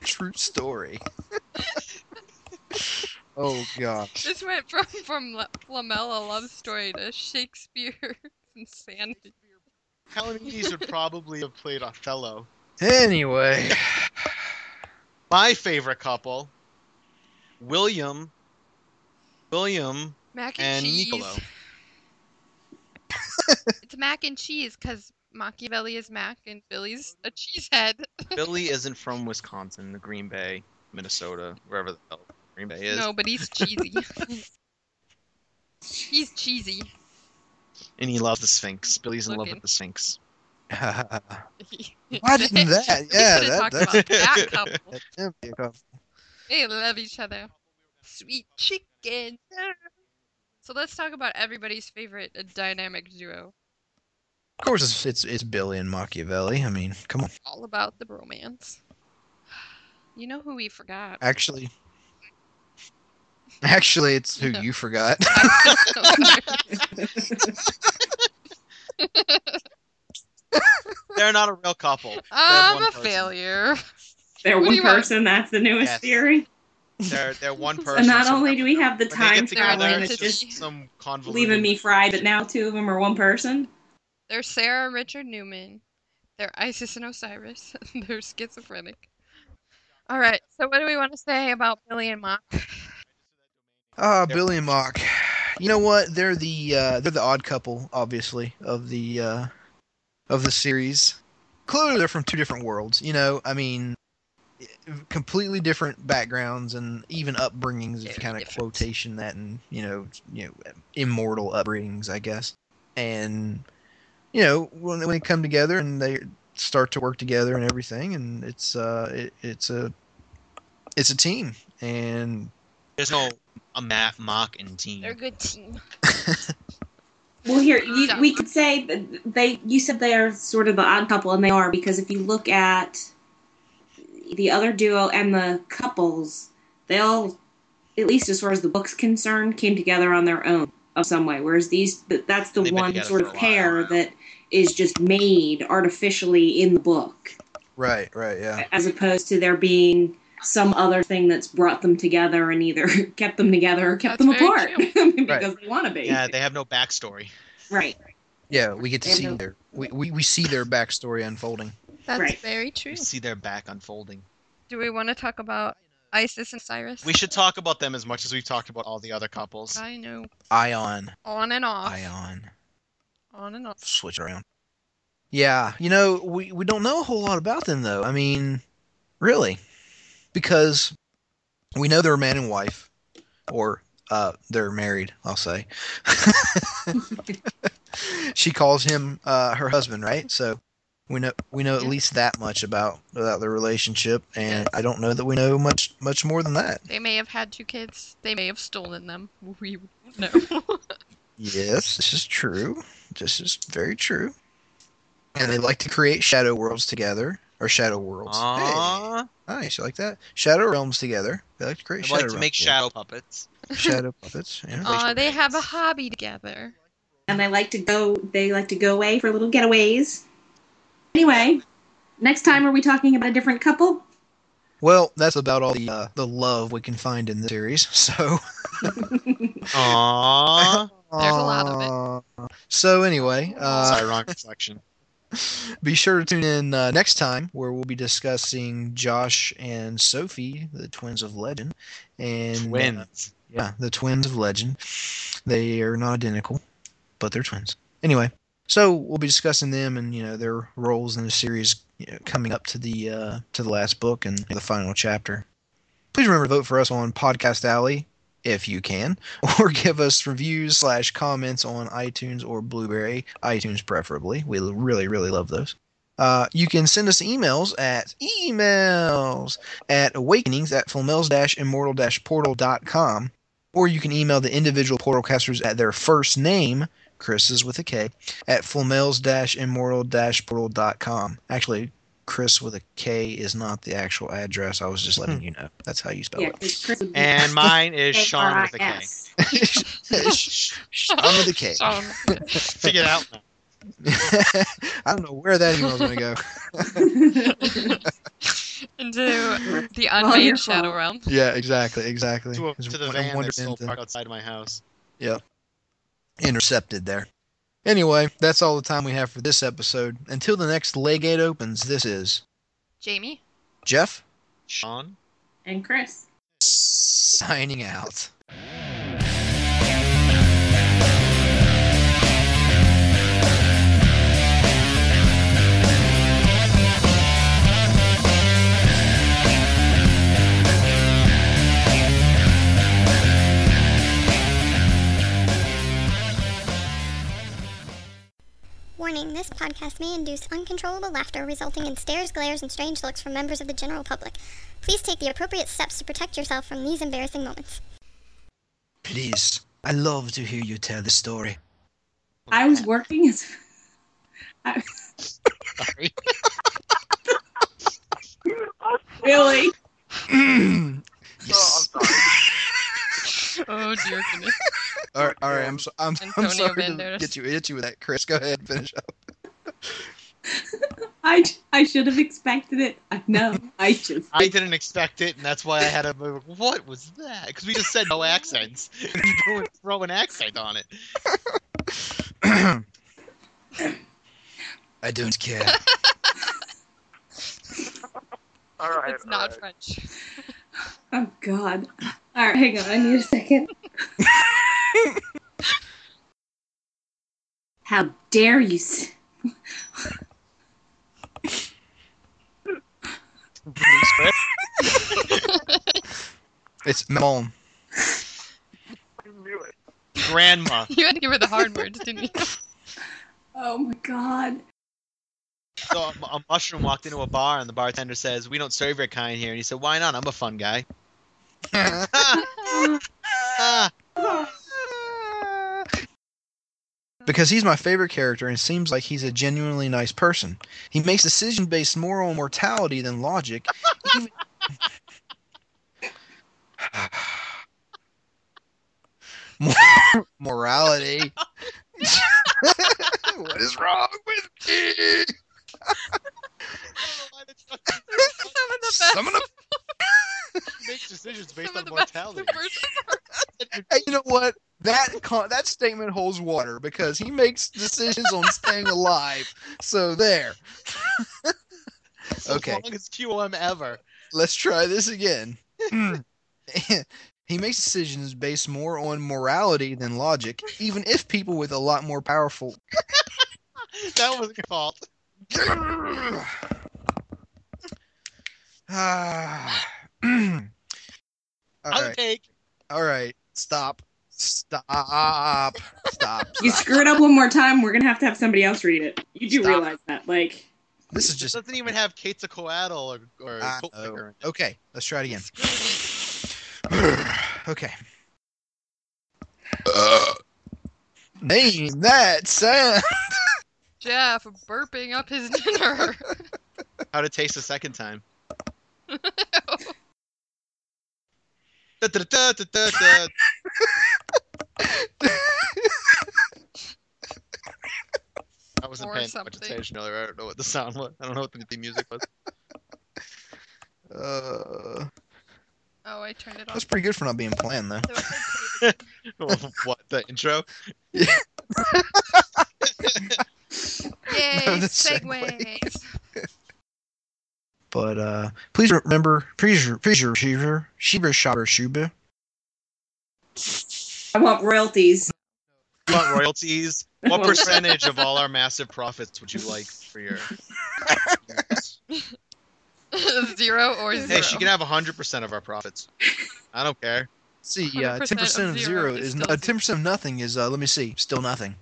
[SPEAKER 5] True story. oh gosh.
[SPEAKER 2] This went from from La- Lamella love story to <laughs> Shakespeare's insanity.
[SPEAKER 3] Palamedes would probably have played Othello.
[SPEAKER 5] <laughs> Anyway.
[SPEAKER 3] My favorite couple, William. William
[SPEAKER 2] Mac and, <laughs>
[SPEAKER 3] and
[SPEAKER 2] cheese.
[SPEAKER 3] Niccolo.
[SPEAKER 2] It's mac and cheese because Machiavelli is Mac, and Billy's a cheesehead.
[SPEAKER 3] Billy isn't from Wisconsin, the Green Bay, Minnesota, wherever the hell Green Bay is.
[SPEAKER 2] No, but he's
[SPEAKER 3] <laughs>
[SPEAKER 2] cheesy. he's cheesy.
[SPEAKER 3] And he loves the Sphinx. Billy's in love
[SPEAKER 2] Looking.
[SPEAKER 3] with the Sphinx.
[SPEAKER 5] Why didn't that?
[SPEAKER 2] <laughs>
[SPEAKER 5] Yeah,
[SPEAKER 2] we should have
[SPEAKER 5] that,
[SPEAKER 2] talked
[SPEAKER 5] that,
[SPEAKER 2] about that
[SPEAKER 5] <laughs>
[SPEAKER 2] couple.
[SPEAKER 5] that'd be a couple.
[SPEAKER 2] They love each other. Sweet chicken. So let's talk about everybody's favorite dynamic duo.
[SPEAKER 5] Of course, it's, it's it's Billy and Machiavelli. I mean, come on.
[SPEAKER 2] All about the bromance. You know who we forgot? <laughs>
[SPEAKER 3] <laughs>
[SPEAKER 5] Actually, actually, it's who
[SPEAKER 2] No.
[SPEAKER 5] you forgot.
[SPEAKER 3] They're not a real couple.
[SPEAKER 2] I'm
[SPEAKER 3] one
[SPEAKER 2] a
[SPEAKER 3] person.
[SPEAKER 2] failure.
[SPEAKER 4] They're
[SPEAKER 2] What do
[SPEAKER 4] one
[SPEAKER 2] you want?
[SPEAKER 4] person. That's the newest
[SPEAKER 3] Yes.
[SPEAKER 4] theory.
[SPEAKER 3] They're they're one person.
[SPEAKER 4] And not
[SPEAKER 3] so
[SPEAKER 4] only do we have the
[SPEAKER 3] when they
[SPEAKER 4] time
[SPEAKER 3] get together,
[SPEAKER 4] traveling,
[SPEAKER 3] it's
[SPEAKER 4] it's
[SPEAKER 2] just-
[SPEAKER 4] just
[SPEAKER 3] just some convoluted.
[SPEAKER 4] leaving me fried, but now two of them are one person.
[SPEAKER 2] They're Sarah and Richard Newman. They're Isis and Osiris. <laughs> They're schizophrenic. All right. So what do we want to say about Billy and Mach?
[SPEAKER 5] Ah, Billy and Mock. You know what? They're the uh, they're the odd couple, obviously, of the uh, of the series. Clearly, they're from two different worlds. You know, I mean, completely different backgrounds and even upbringings. If
[SPEAKER 2] Very
[SPEAKER 5] you kind of
[SPEAKER 2] different.
[SPEAKER 5] quotation that, and you know, you know, immortal upbringings, I guess. And you know, when they, when they come together and they start to work together and everything, and it's uh, it, it's a it's a team, and
[SPEAKER 3] There's no a math mock and team.
[SPEAKER 2] They're a good team.
[SPEAKER 4] Well, here you,
[SPEAKER 2] So-
[SPEAKER 4] we could say that they. You said they are sort of the odd couple, and they are because if you look at the other duo and the couples, they all, at least as far as the book's concerned, came together on their own of some way. Whereas these, th- that's the
[SPEAKER 3] They've been
[SPEAKER 4] one
[SPEAKER 3] together
[SPEAKER 4] sort
[SPEAKER 3] for
[SPEAKER 4] of
[SPEAKER 3] a while.
[SPEAKER 4] pair that is just made artificially in the book,
[SPEAKER 5] right, right, yeah.
[SPEAKER 4] as opposed to there being some other thing that's brought them together and either <laughs> kept them together or kept
[SPEAKER 2] That's
[SPEAKER 4] them
[SPEAKER 2] very
[SPEAKER 4] apart
[SPEAKER 2] true.
[SPEAKER 4] <laughs> because they want to be.
[SPEAKER 3] Yeah, they have no backstory.
[SPEAKER 4] right.
[SPEAKER 5] Yeah, we get to
[SPEAKER 4] And
[SPEAKER 5] see
[SPEAKER 4] the-
[SPEAKER 5] their we, we, we see their backstory unfolding.
[SPEAKER 2] That's
[SPEAKER 4] Right.
[SPEAKER 2] very true.
[SPEAKER 3] You see their back unfolding.
[SPEAKER 2] Do we want to talk about Isis and Cyrus?
[SPEAKER 3] We should talk about them as much as we've talked about all the other couples.
[SPEAKER 2] I know.
[SPEAKER 5] Ion,
[SPEAKER 2] On and off.
[SPEAKER 5] ion,
[SPEAKER 2] On and off.
[SPEAKER 5] switch around. Yeah, you know we we don't know a whole lot about them though. I mean, really, because we know they're man and wife, or uh, they're married. I'll
[SPEAKER 4] <laughs>
[SPEAKER 5] say. <laughs> she calls him uh, her husband, right? So we know we know at
[SPEAKER 2] Yeah.
[SPEAKER 5] least that much about about their relationship, and I don't know that we know much much more than that.
[SPEAKER 2] They may have had two kids. They may have stolen them. We would know.
[SPEAKER 5] Yes, this is true. This is very true. And they like to create shadow worlds together, or shadow worlds. Hey,
[SPEAKER 3] Aww.
[SPEAKER 5] nice, you like that? Shadow realms together. They like to create
[SPEAKER 3] I'd
[SPEAKER 5] shadow
[SPEAKER 3] like to make
[SPEAKER 5] realms.
[SPEAKER 3] shadow puppets.
[SPEAKER 5] shadow puppets. Yeah.
[SPEAKER 2] Aw, Uh, they have a hobby together.
[SPEAKER 4] and they like to go they like to go away for little getaways anyway next time are we talking about a different couple
[SPEAKER 5] Well, that's about all the uh, the love we can find in the series. <laughs> So
[SPEAKER 3] Aww.
[SPEAKER 2] There's a lot of
[SPEAKER 5] it. So anyway, <laughs> uh,
[SPEAKER 3] Sorry, wrong reflection.
[SPEAKER 5] be sure to tune in uh, next time where we'll be discussing Josh and Sophie, the twins of legend, <laughs> and uh,
[SPEAKER 3] Twins.
[SPEAKER 5] Yeah, the twins of legend. They are not identical, but they're twins. Anyway, so we'll be discussing them and you know their roles in the series you know, coming up to the uh, to the last book and the final chapter. Please remember to vote for us on Podcast Alley if you can, <laughs> or give us reviews slash comments on iTunes or Blueberry, iTunes preferably. We really really love those. Uh, you can send us emails at emails at awakenings at flamels immortal portal.com, or you can email the individual portalcasters at their first name, Chris is with a K, at flamels immortal portal.com. Actually, Chris with a K is not the actual address. I was just letting you know. That's how you spell
[SPEAKER 4] yeah
[SPEAKER 5] it.
[SPEAKER 4] 'cause Chris would be
[SPEAKER 3] Oh. And mine is Sean with a K.
[SPEAKER 4] K-R-I-S.
[SPEAKER 5] I'm with a K.
[SPEAKER 2] <laughs>
[SPEAKER 5] <laughs>
[SPEAKER 2] Sean.
[SPEAKER 3] Figure it out. now.
[SPEAKER 5] I don't know where that email's going to
[SPEAKER 3] <laughs>
[SPEAKER 5] go.
[SPEAKER 2] Into the
[SPEAKER 4] Well,
[SPEAKER 2] unmade
[SPEAKER 4] you're
[SPEAKER 2] shadow
[SPEAKER 4] fine.
[SPEAKER 2] realm.
[SPEAKER 5] Yeah, exactly, exactly.
[SPEAKER 3] To, a,
[SPEAKER 5] It's
[SPEAKER 3] to the
[SPEAKER 5] one-
[SPEAKER 3] van
[SPEAKER 5] wondered uh,
[SPEAKER 3] that's still
[SPEAKER 5] into-
[SPEAKER 3] parked outside my house.
[SPEAKER 5] intercepted there. Anyway, that's all the time we have for this episode. Until the next Legate opens, this is
[SPEAKER 2] Jamie?
[SPEAKER 5] Jeff
[SPEAKER 3] Sean?
[SPEAKER 4] <laughs> and Chris
[SPEAKER 5] signing out.
[SPEAKER 9] on this podcast may induce uncontrollable laughter resulting in stares, glares, and strange looks from members of the general public. Please take the appropriate steps to protect yourself from these embarrassing moments.
[SPEAKER 5] Please, I love to hear you tell the story. <clears throat>
[SPEAKER 4] I was working as. <laughs> I,
[SPEAKER 3] Sorry.
[SPEAKER 6] I'm
[SPEAKER 4] really?
[SPEAKER 5] yes.
[SPEAKER 6] Oh, sorry.
[SPEAKER 2] Oh dear goodness.
[SPEAKER 5] all right, all right. I'm so, I'm, I'm
[SPEAKER 2] Antonio
[SPEAKER 5] sorry to
[SPEAKER 2] Banderas.
[SPEAKER 5] get you itchy with that, Chris. Go ahead, finish up.
[SPEAKER 4] I, I should have expected it. I know. I should.
[SPEAKER 3] I didn't expect it, and that's why I had a moment. What was that? Because we just said no accents. <laughs> You go and throw an accent on it.
[SPEAKER 5] I don't care.
[SPEAKER 6] All right.
[SPEAKER 2] it's
[SPEAKER 6] all
[SPEAKER 2] not
[SPEAKER 6] right.
[SPEAKER 2] French.
[SPEAKER 4] Oh, God. All right, hang on. I need a second. <laughs> How dare you? s-
[SPEAKER 5] <laughs> It's mom.
[SPEAKER 6] I knew it.
[SPEAKER 3] Grandma.
[SPEAKER 2] <laughs> You had to give her the hard words, <laughs> didn't you?
[SPEAKER 4] Oh, my God.
[SPEAKER 3] So a, a mushroom walked into a bar, and the bartender says, "We don't serve your kind here." And he said, "Why not? I'm a fun guy." Ah,
[SPEAKER 5] because he's my favorite character and seems like he's a genuinely nice person. He makes decisions based more on mortality than logic. <laughs> even- Mor- morality. <laughs> what is wrong with me?
[SPEAKER 2] Some of the best.
[SPEAKER 5] Some of the
[SPEAKER 3] Make decisions
[SPEAKER 2] some
[SPEAKER 3] based
[SPEAKER 2] of
[SPEAKER 3] on
[SPEAKER 2] the
[SPEAKER 3] mortality.
[SPEAKER 2] best words.
[SPEAKER 5] Hey, you know what? That con- that statement holds water because he makes decisions on staying alive. So there. Okay.
[SPEAKER 3] Longest QM ever.
[SPEAKER 5] Let's try this again. <laughs> he makes decisions based more on morality than logic, even if people with a lot more powerful. <sighs>
[SPEAKER 3] That was your fault.
[SPEAKER 5] Ah. all
[SPEAKER 3] I'll
[SPEAKER 5] right,
[SPEAKER 3] take.
[SPEAKER 5] all right, stop, stop, stop. stop.
[SPEAKER 4] You screw it up one more time, we're going to have to have somebody else read it. You do
[SPEAKER 5] Stop.
[SPEAKER 4] realize that. Like,
[SPEAKER 5] This is just Ah, oh.
[SPEAKER 3] doesn't even have Quetzalcoatl or or
[SPEAKER 5] I
[SPEAKER 3] Coatlicker in
[SPEAKER 5] know. Okay, let's try it again. <sighs> okay. Name that sound.
[SPEAKER 2] Jeff burping up his <laughs> dinner.
[SPEAKER 3] it. How to taste a second
[SPEAKER 2] <laughs>
[SPEAKER 3] time. Da-da-da-da-da-da. I wasn't
[SPEAKER 2] Or
[SPEAKER 3] paying much
[SPEAKER 2] something.
[SPEAKER 3] attention earlier. I don't know what the sound was. I don't know what the, the music was.
[SPEAKER 5] Uh,
[SPEAKER 2] Oh, I turned it
[SPEAKER 5] that's
[SPEAKER 2] off.
[SPEAKER 5] pretty good for not being planned, though.
[SPEAKER 2] That was like-
[SPEAKER 3] what the intro?
[SPEAKER 2] Yay,
[SPEAKER 5] <laughs> No, the
[SPEAKER 2] segways.
[SPEAKER 5] But uh, please remember, please, please, Shiva, Shiva, Shopper, Shuba.
[SPEAKER 4] I want royalties.
[SPEAKER 3] You want royalties?
[SPEAKER 2] <laughs>
[SPEAKER 3] What
[SPEAKER 4] Well,
[SPEAKER 3] percentage of all our massive profits would you like for your?
[SPEAKER 2] <laughs> zero or zero.
[SPEAKER 3] Hey, she can have hundred percent of our profits. I don't care.
[SPEAKER 5] See, yeah,
[SPEAKER 2] 100%
[SPEAKER 5] ten percent of zero is
[SPEAKER 2] still
[SPEAKER 5] ten percent of nothing is. Uh, let me see, still nothing.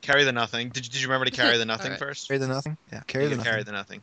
[SPEAKER 3] Carry the nothing. Did you, did you remember to carry the nothing
[SPEAKER 2] Alright.
[SPEAKER 3] first?
[SPEAKER 5] Carry the nothing. Yeah, carry
[SPEAKER 3] You
[SPEAKER 5] the
[SPEAKER 3] can
[SPEAKER 5] nothing.
[SPEAKER 3] carry the nothing.